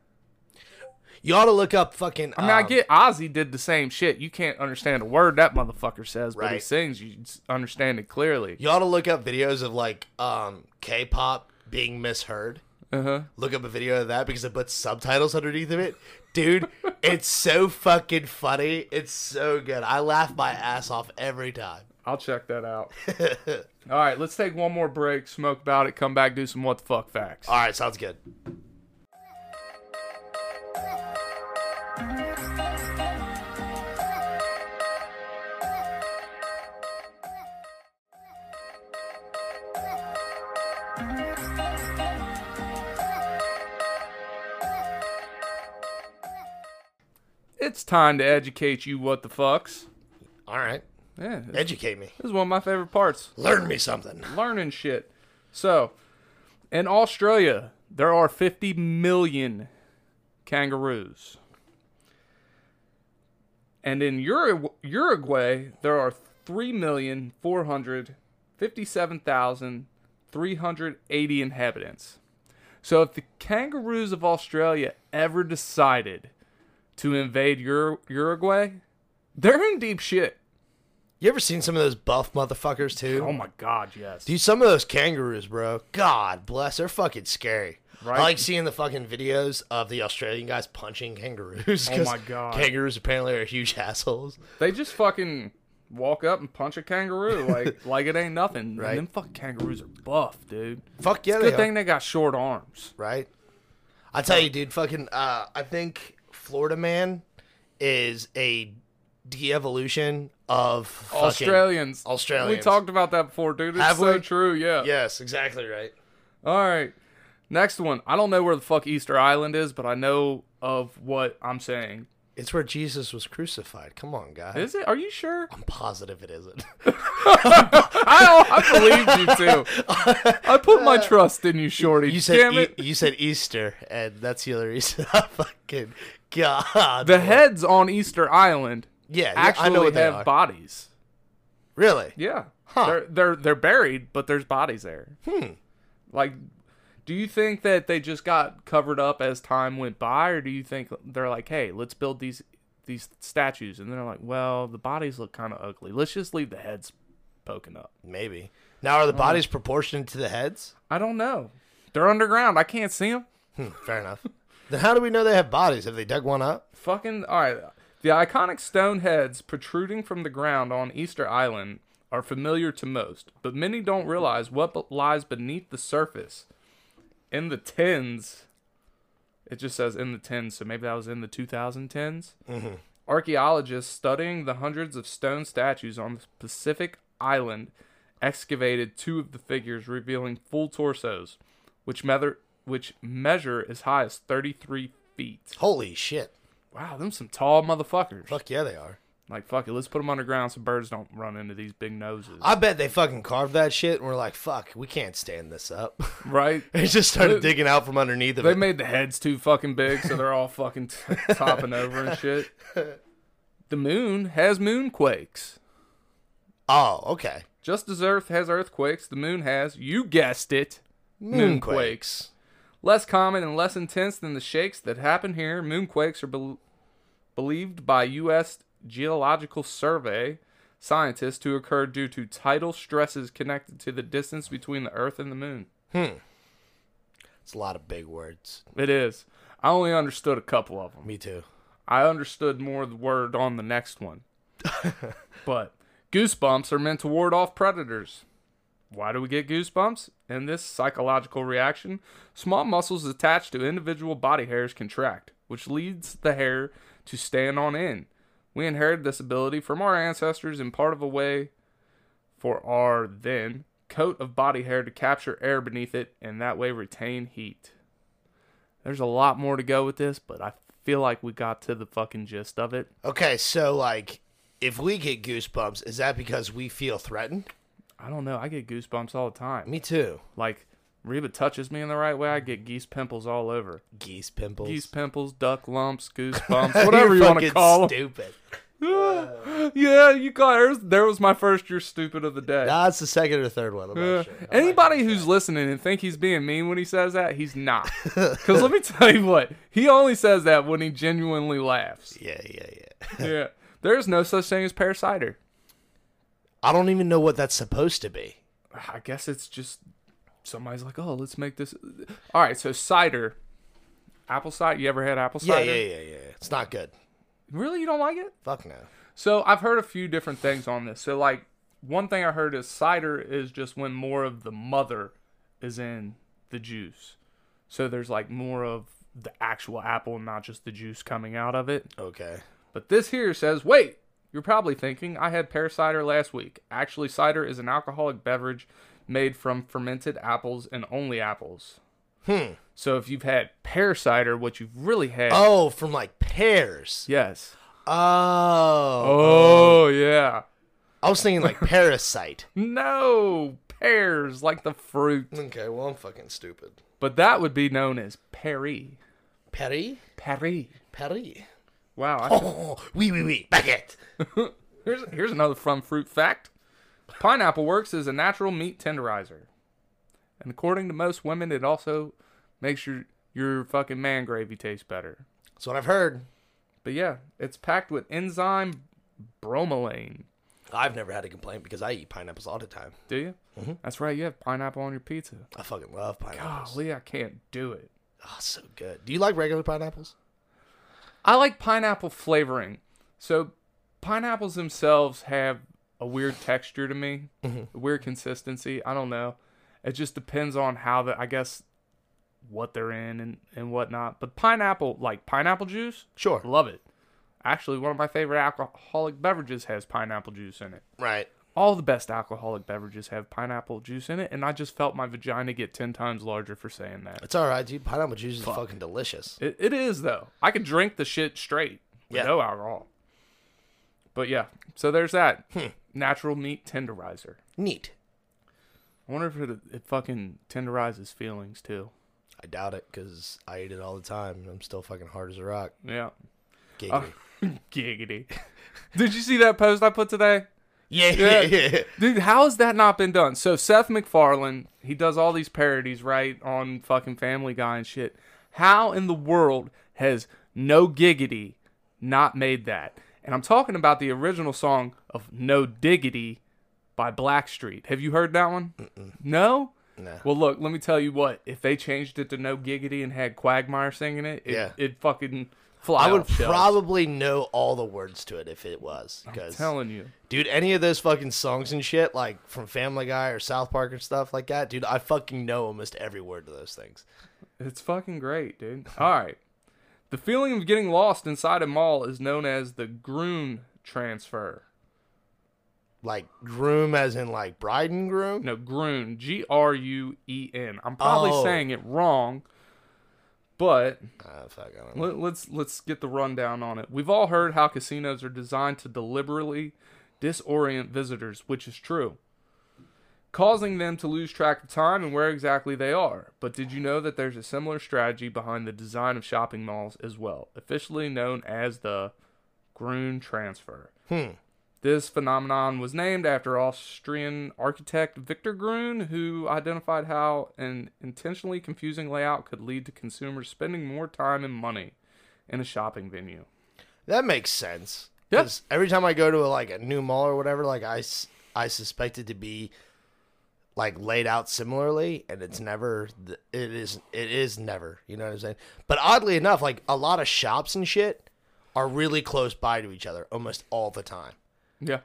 [SPEAKER 2] You ought to look up fucking. um,
[SPEAKER 1] I mean, I get Ozzy did the same shit. You can't understand a word that motherfucker says, but he
[SPEAKER 2] Right.
[SPEAKER 1] sings. You s- understand it clearly.
[SPEAKER 2] You ought to look up videos of like um K-pop being misheard.
[SPEAKER 1] Uh huh.
[SPEAKER 2] Look up a video of that because it puts subtitles underneath of it.
[SPEAKER 1] *laughs*
[SPEAKER 2] Dude, it's so fucking funny. It's so good. I laugh my ass off every time.
[SPEAKER 1] I'll check that *laughs* out. All right, let's take one more break, smoke about it, come back, do some what the fuck facts.
[SPEAKER 2] All right, sounds good.
[SPEAKER 1] It's time to educate you, what the fucks.
[SPEAKER 2] All right,
[SPEAKER 1] Yeah, this
[SPEAKER 2] educate me.
[SPEAKER 1] is one of my favorite parts.
[SPEAKER 2] Learn me something.
[SPEAKER 1] learning shit. So, in Australia, there are 50 million kangaroos. And in Uru- Uruguay, there are 3,457,380 inhabitants. So, if the kangaroos of Australia ever decided to invade Ur- Uruguay, they're in deep shit.
[SPEAKER 2] You ever seen some of those buff motherfuckers too?
[SPEAKER 1] Oh my god, yes.
[SPEAKER 2] Dude, some of those kangaroos, bro. God bless, they're fucking scary.
[SPEAKER 1] Right?
[SPEAKER 2] I like seeing the fucking videos of the Australian guys punching kangaroos.
[SPEAKER 1] Oh
[SPEAKER 2] 'cause
[SPEAKER 1] my God.
[SPEAKER 2] kangaroos apparently are huge *laughs* assholes.
[SPEAKER 1] They just fucking walk up and punch a kangaroo
[SPEAKER 2] *laughs*
[SPEAKER 1] like like it ain't nothing.
[SPEAKER 2] Right.
[SPEAKER 1] And them fucking kangaroos are buff, dude.
[SPEAKER 2] Fuck yeah,
[SPEAKER 1] It's a
[SPEAKER 2] they
[SPEAKER 1] good
[SPEAKER 2] are.
[SPEAKER 1] thing they got short arms.
[SPEAKER 2] right? I tell you, dude, fucking, uh, I think Florida Man is a de-evolution of fucking-
[SPEAKER 1] Australians.
[SPEAKER 2] Australians.
[SPEAKER 1] We talked about that before, dude. It's
[SPEAKER 2] Have
[SPEAKER 1] so
[SPEAKER 2] we?
[SPEAKER 1] true, yeah.
[SPEAKER 2] Yes, exactly right.
[SPEAKER 1] All right. Next one. I don't know where the fuck Easter Island is, but I know of what I'm saying.
[SPEAKER 2] It's where Jesus was crucified. Come on, guys.
[SPEAKER 1] Is it? Are you
[SPEAKER 2] *laughs*
[SPEAKER 1] sure?
[SPEAKER 2] I'm positive it isn't. *laughs*
[SPEAKER 1] I, don't, I believed you too. I put
[SPEAKER 2] *laughs*
[SPEAKER 1] my trust in you, Shorty.
[SPEAKER 2] You
[SPEAKER 1] Damn
[SPEAKER 2] said
[SPEAKER 1] it.
[SPEAKER 2] e- you said Easter, and that's the other reason. *laughs* I fucking God.
[SPEAKER 1] the heads on Easter Island
[SPEAKER 2] yeah, yeah,
[SPEAKER 1] actually
[SPEAKER 2] I know what they
[SPEAKER 1] have
[SPEAKER 2] are.
[SPEAKER 1] bodies.
[SPEAKER 2] really?
[SPEAKER 1] Yeah.
[SPEAKER 2] Huh.
[SPEAKER 1] They're they're they're buried, but there's bodies there. Hmm. Like do you think that they just got covered up as time went by or do you think they're like, "Hey, let's build these these statues." And they're like, "Well, the bodies look kind of ugly. Let's just leave the heads poking up."
[SPEAKER 2] Maybe. Now
[SPEAKER 1] Uh-huh.
[SPEAKER 2] are the bodies proportioned to the heads?
[SPEAKER 1] I don't know. They're underground. I can't see them.
[SPEAKER 2] Hmm, fair enough. *laughs* then how do we know they have bodies? Have they dug one up?
[SPEAKER 1] Fucking all right. The iconic stone heads protruding from the ground on Easter Island are familiar to most, but many don't realize what be- lies beneath the surface. In the tens, it just says in the tens, so maybe that was in the 2010s. Archaeologists studying the hundreds of stone statues on the Pacific island excavated two of the figures, revealing full torsos, which measure which measure as high as 33 feet.
[SPEAKER 2] Holy shit!
[SPEAKER 1] Wow, them some tall motherfuckers.
[SPEAKER 2] Fuck yeah, they are.
[SPEAKER 1] Like fuck it, let's put them underground so birds don't run into these big noses.
[SPEAKER 2] I bet they fucking carved that shit, and we're like, fuck, we can't stand this up. *laughs*
[SPEAKER 1] right?
[SPEAKER 2] they just started digging out from underneath of
[SPEAKER 1] They
[SPEAKER 2] it.
[SPEAKER 1] made the heads too fucking big, so they're all fucking t- topping over and
[SPEAKER 2] *laughs*
[SPEAKER 1] shit. The moon has moonquakes.
[SPEAKER 2] oh, okay.
[SPEAKER 1] Just as Earth has earthquakes, the moon has, you guessed it,
[SPEAKER 2] Moonquakes.
[SPEAKER 1] Less common and less intense than the shakes that happen here, moonquakes are bel believed by U.S. Geological Survey scientists to occur due to tidal stresses connected to the distance between the Earth and the moon.
[SPEAKER 2] It's a lot of big words.
[SPEAKER 1] It is. I only understood a couple of them.
[SPEAKER 2] Me too.
[SPEAKER 1] I understood more of the word on the next one. but goosebumps are meant to ward off predators. Why do we get goosebumps? In this psychological reaction, small muscles attached to individual body hairs contract, which leads the hair to stand on end. We inherited this ability from our ancestors and part of a way for our then coat of body hair to capture air beneath it and that way retain heat. There's a lot more to go with this, but I feel like we got to the fucking gist of it.
[SPEAKER 2] Okay, so like, if we get goosebumps, is that because we feel threatened?
[SPEAKER 1] I don't know. I get goosebumps all the time.
[SPEAKER 2] Me too.
[SPEAKER 1] Like Reba touches me in the right way, I get geese pimples all over.
[SPEAKER 2] Geese pimples. *laughs*
[SPEAKER 1] Geese pimples, duck lumps, goosebumps, whatever you want to
[SPEAKER 2] fucking
[SPEAKER 1] call them.
[SPEAKER 2] Stupid.
[SPEAKER 1] yeah, you got hers. There was my first "You're Stupid" of the day.
[SPEAKER 2] That's the second or third one. I'm
[SPEAKER 1] Uh,
[SPEAKER 2] not sure. I'm not
[SPEAKER 1] Anybody who's listening and think he's being mean when he says that, he's
[SPEAKER 2] *laughs*
[SPEAKER 1] not. Because let me tell you what, he only says that when he genuinely laughs.
[SPEAKER 2] Yeah, yeah, yeah.
[SPEAKER 1] Yeah, there's no such thing as pear cider.
[SPEAKER 2] I don't even know what that's supposed to be.
[SPEAKER 1] I guess it's just somebody's like, oh, let's make this. All right, so cider, apple cider. You ever had apple
[SPEAKER 2] Yeah,
[SPEAKER 1] cider?
[SPEAKER 2] yeah, yeah, yeah. It's not good.
[SPEAKER 1] Really, you don't like it?
[SPEAKER 2] Fuck no.
[SPEAKER 1] So I've heard a few different things on this. So like one thing I heard is cider is just when more of the mother is in the juice. So there's like more of the actual apple, not just the juice coming out of it.
[SPEAKER 2] Okay.
[SPEAKER 1] But this here says, wait, you're probably thinking I had pear cider last week. Actually, cider is an alcoholic beverage made from fermented apples and only apples.
[SPEAKER 2] Hmm.
[SPEAKER 1] So if you've had pear cider, what you've really had,
[SPEAKER 2] Oh, from like pears.
[SPEAKER 1] yes,
[SPEAKER 2] Oh.
[SPEAKER 1] oh yeah,
[SPEAKER 2] I was thinking like parasite.
[SPEAKER 1] no pears like the fruit.
[SPEAKER 2] *laughs* okay, well I'm fucking stupid.
[SPEAKER 1] But that would be known as Perry.
[SPEAKER 2] Perry?
[SPEAKER 1] Perry.
[SPEAKER 2] Perry.
[SPEAKER 1] Wow. I should-
[SPEAKER 2] Oh, wee wee wee. Baguette.
[SPEAKER 1] here's, here's another fun fruit fact Pineapple works as a natural meat tenderizer. And according to most women, it also makes your, your fucking man gravy taste better.
[SPEAKER 2] That's what I've heard.
[SPEAKER 1] But yeah, it's packed with enzyme bromelain.
[SPEAKER 2] I've never had a complaint because I eat pineapples all the time.
[SPEAKER 1] Do you? That's right. You have pineapple on your pizza.
[SPEAKER 2] I fucking love pineapples.
[SPEAKER 1] Golly, I can't do it.
[SPEAKER 2] Oh, so good. Do you like regular pineapples?
[SPEAKER 1] I like pineapple flavoring. So pineapples themselves have a weird texture to me, a weird consistency. I don't know. It just depends on how the I guess what they're in and and whatnot. But pineapple, like pineapple juice,
[SPEAKER 2] Sure.
[SPEAKER 1] love it. Actually, one of my favorite alcoholic beverages has pineapple juice in it.
[SPEAKER 2] Right.
[SPEAKER 1] All the best alcoholic beverages have pineapple juice in it, and I just felt my vagina get ten times larger for saying that.
[SPEAKER 2] It's all right, dude. Pineapple juice is fucking delicious.
[SPEAKER 1] It, it is though. I could drink the shit straight with
[SPEAKER 2] Yeah.
[SPEAKER 1] no alcohol. But yeah, so there's that natural meat tenderizer.
[SPEAKER 2] Neat.
[SPEAKER 1] I wonder if it, it fucking tenderizes feelings too.
[SPEAKER 2] I doubt it because I eat it all the time and I'm still fucking hard as a rock.
[SPEAKER 1] Yeah,
[SPEAKER 2] Giggity.
[SPEAKER 1] giggity. *laughs* Did you see that post I put today?
[SPEAKER 2] yeah, yeah, *laughs* yeah.
[SPEAKER 1] Dude, how has that not been done? So Seth MacFarlane, he does all these parodies, right, on fucking Family Guy and shit. How in the world has No Giggity not made that? And I'm talking about the original song of No Diggity by Blackstreet. Have you heard that one? No.
[SPEAKER 2] Nah.
[SPEAKER 1] Well, look, let me tell you what. If they changed it to No Giggity and had Quagmire singing it, it,
[SPEAKER 2] Yeah.
[SPEAKER 1] it fucking fly.
[SPEAKER 2] I would
[SPEAKER 1] off shelves.
[SPEAKER 2] probably know all the words to it if it was. Because,
[SPEAKER 1] telling you.
[SPEAKER 2] dude, any of those fucking songs and shit, like from Family Guy or South Park and stuff like that, dude, I fucking know almost every word to those things.
[SPEAKER 1] It's fucking great, dude. *laughs* All right. The feeling of getting lost inside a mall is known as the groon transfer.
[SPEAKER 2] Like groom, as in like bride and groom.
[SPEAKER 1] No, groon. G R U E N. I'm probably
[SPEAKER 2] Oh.
[SPEAKER 1] saying it wrong, but
[SPEAKER 2] Ah, fuck, I don't know.
[SPEAKER 1] let, let's let's get the rundown on it. We've all heard how casinos are designed to deliberately disorient visitors, which is true, causing them to lose track of time and where exactly they are. But did you know that there's a similar strategy behind the design of shopping malls as well, officially known as the Grun transfer. This phenomenon was named after Austrian architect Victor Grun, who identified how an intentionally confusing layout could lead to consumers spending more time and money in a shopping venue.
[SPEAKER 2] That makes sense.
[SPEAKER 1] Yeah.
[SPEAKER 2] Because every time I go to like a new mall or whatever, like I, s- I suspect it to be like laid out similarly, and it's never. th- It is. It is never. You know what I'm saying? But oddly enough, like a lot of shops and shit are really close by to each other almost all the time.
[SPEAKER 1] Yeah.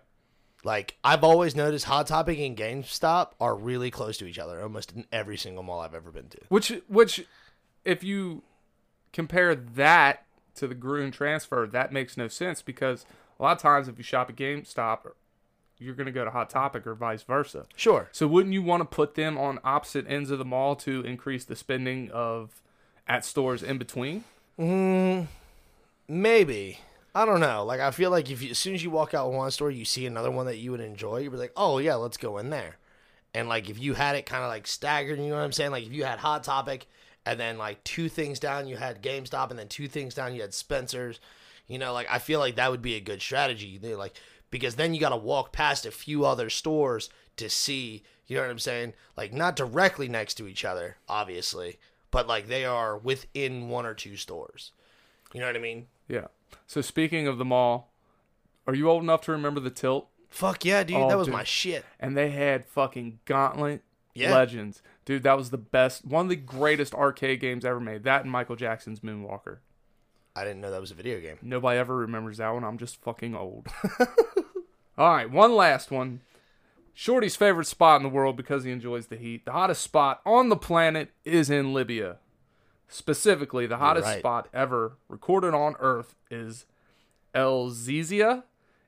[SPEAKER 2] Like I've always noticed, Hot Topic and GameStop are really close to each other almost in every single mall I've ever been to.
[SPEAKER 1] Which which if you compare that to the Grun transfer, that makes no sense because a lot of times if you shop at GameStop, you're going to go to Hot Topic or vice versa.
[SPEAKER 2] Sure.
[SPEAKER 1] So wouldn't you want to put them on opposite ends of the mall to increase the spending of at stores in between?
[SPEAKER 2] Mm, Maybe. I don't know. Like I feel like if you, as soon as you walk out of one store, you see another one that you would enjoy, you'd be like, "Oh yeah, let's go in there." And like if you had it kind of like staggered, you know what I'm saying? Like if you had Hot Topic and then like two things down you had GameStop and then two things down you had Spencer's, You know, like I feel like that would be a good strategy. They like because then you got to walk past a few other stores to see, you know what I'm saying? Like not directly next to each other, obviously, but like they are within one or two stores. You know what I mean?
[SPEAKER 1] Yeah. So speaking of the mall, are you old enough to remember the tilt?
[SPEAKER 2] Fuck yeah, dude.
[SPEAKER 1] Oh,
[SPEAKER 2] that was
[SPEAKER 1] dude.
[SPEAKER 2] my shit.
[SPEAKER 1] And they had fucking Gauntlet
[SPEAKER 2] Yeah.
[SPEAKER 1] Legends. Dude, that was the best, one of the greatest arcade games ever made. That and Michael Jackson's Moonwalker.
[SPEAKER 2] I didn't know that was a video game.
[SPEAKER 1] Nobody ever remembers that one. I'm just fucking old. *laughs* All right, one last one. Shorty's favorite spot in the world because he enjoys the heat. The hottest spot on the planet is in Libya. Specifically, the hottest
[SPEAKER 2] right.
[SPEAKER 1] spot ever recorded on Earth is El Zizia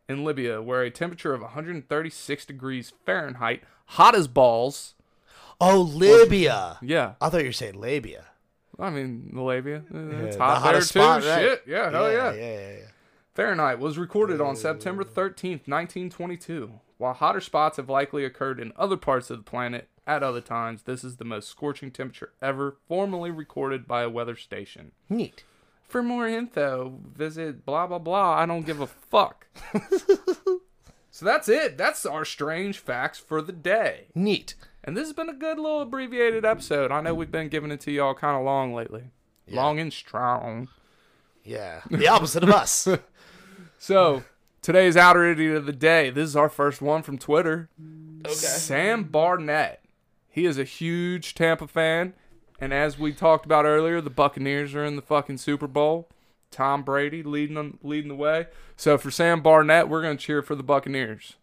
[SPEAKER 1] in Libya, where a temperature of 136 degrees Fahrenheit, hot as balls.
[SPEAKER 2] Oh, Libya.
[SPEAKER 1] Yeah,
[SPEAKER 2] I thought you were saying labia.
[SPEAKER 1] I mean, Libya. eh, It's
[SPEAKER 2] The
[SPEAKER 1] hot there too.
[SPEAKER 2] hottest spot, right?
[SPEAKER 1] Shit. Yeah, hell Oh, yeah.
[SPEAKER 2] Yeah, yeah, yeah.
[SPEAKER 1] Fahrenheit was recorded on September 13th, 1922. While hotter spots have likely occurred in other parts of the planet at other times, this is the most scorching temperature ever formally recorded by a weather station.
[SPEAKER 2] Neat.
[SPEAKER 1] For more info, visit blah blah blah. I don't give a fuck. so that's it. That's our strange facts for the day.
[SPEAKER 2] Neat.
[SPEAKER 1] And this has been a good little abbreviated episode. I know we've been giving it to y'all kind of long lately. Long and strong.
[SPEAKER 2] Yeah. The opposite of *laughs* us.
[SPEAKER 1] So today's outer idiot of the day. This is our first one from Twitter. Okay. Sam Barnett. He is a huge Tampa fan, and as we talked about earlier, the Buccaneers are in the fucking Super Bowl. Tom Brady leading them, leading the way. So for Sam Barnett, we're gonna cheer for the Buccaneers.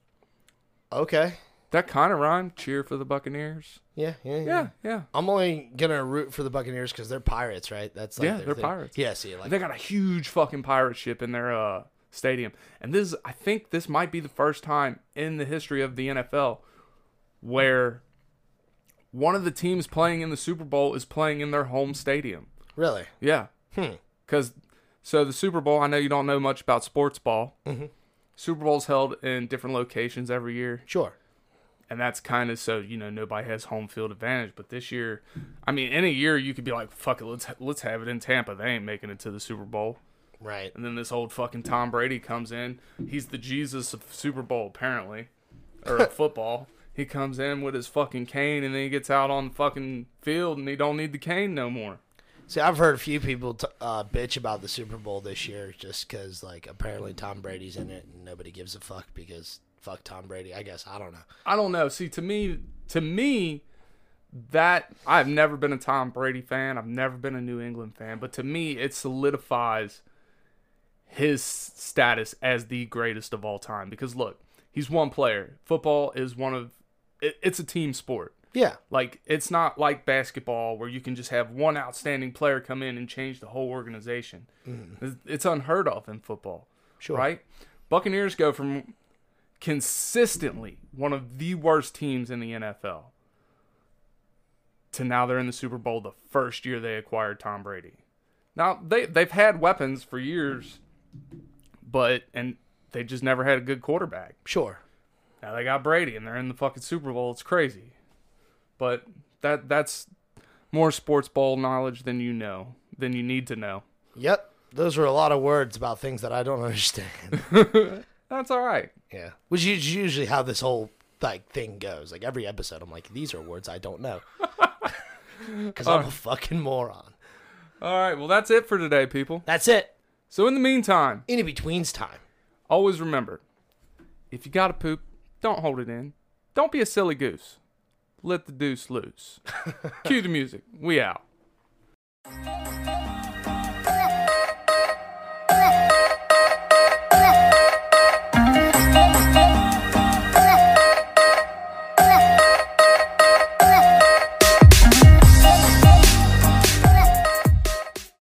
[SPEAKER 2] Okay.
[SPEAKER 1] That kind of rhyme. Cheer for the Buccaneers.
[SPEAKER 2] Yeah, yeah, yeah.
[SPEAKER 1] Yeah, yeah.
[SPEAKER 2] I'm only gonna root for the Buccaneers because they're pirates, right? That's like
[SPEAKER 1] Yeah,
[SPEAKER 2] their
[SPEAKER 1] they're
[SPEAKER 2] thing.
[SPEAKER 1] pirates.
[SPEAKER 2] Yeah, see, like
[SPEAKER 1] They got a huge fucking pirate ship in their uh, stadium, and this is, I think this might be the first time in the history of the NFL where one of the teams playing in the Super Bowl is playing in their home stadium.
[SPEAKER 2] really,
[SPEAKER 1] Yeah, because so the Super Bowl. I know you don't know much about sports ball. Super Bowl's held in different locations every year
[SPEAKER 2] sure.
[SPEAKER 1] and that's kind of so you know nobody has home field advantage. But this year, I mean, any year you could be like, fuck it, let's let's have it in Tampa. They ain't making it to the Super Bowl.
[SPEAKER 2] Right.
[SPEAKER 1] And then this old fucking Tom Brady comes in. He's the Jesus of Super Bowl apparently, or of football. He comes in with his fucking cane, and then he gets out on the fucking field, and he don't need the cane no more.
[SPEAKER 2] See, I've heard a few people t- uh, bitch about the Super Bowl this year just because, like, apparently Tom Brady's in it and nobody gives a fuck because fuck Tom Brady. I guess I don't know.
[SPEAKER 1] I don't know. See, to me, to me, that I've never been a Tom Brady fan. I've never been a New England fan, but to me, it solidifies his status as the greatest of all time. Because look, he's one player. Football is one of it, it's a team sport.
[SPEAKER 2] Yeah,
[SPEAKER 1] Like it's not like basketball where you can just have one outstanding player come in and change the whole organization. It's- It's unheard of in football.
[SPEAKER 2] Sure.
[SPEAKER 1] Right? Buccaneers go from consistently one of the worst teams in the NFL to now they're in the Super Bowl the first year they acquired Tom Brady. Now they they've had weapons for years, but and they just never had a good quarterback.
[SPEAKER 2] sure.
[SPEAKER 1] Now they got Brady and they're in the fucking Super Bowl. It's crazy. But that that's more sports ball knowledge than you know, than you need to know.
[SPEAKER 2] Yep. Those were a lot of words about things that I don't *laughs* understand.
[SPEAKER 1] That's all right.
[SPEAKER 2] yeah, which is usually how this whole like thing goes. Like every episode, I'm like, these are words I don't know *laughs* because I'm a fucking moron.
[SPEAKER 1] All right. Well, that's it for today, people.
[SPEAKER 2] That's it.
[SPEAKER 1] So in the meantime,
[SPEAKER 2] In between's time.
[SPEAKER 1] always remember if you got to poop, don't hold it in. Don't be a silly goose. Let the deuce loose. Cue the music. We out.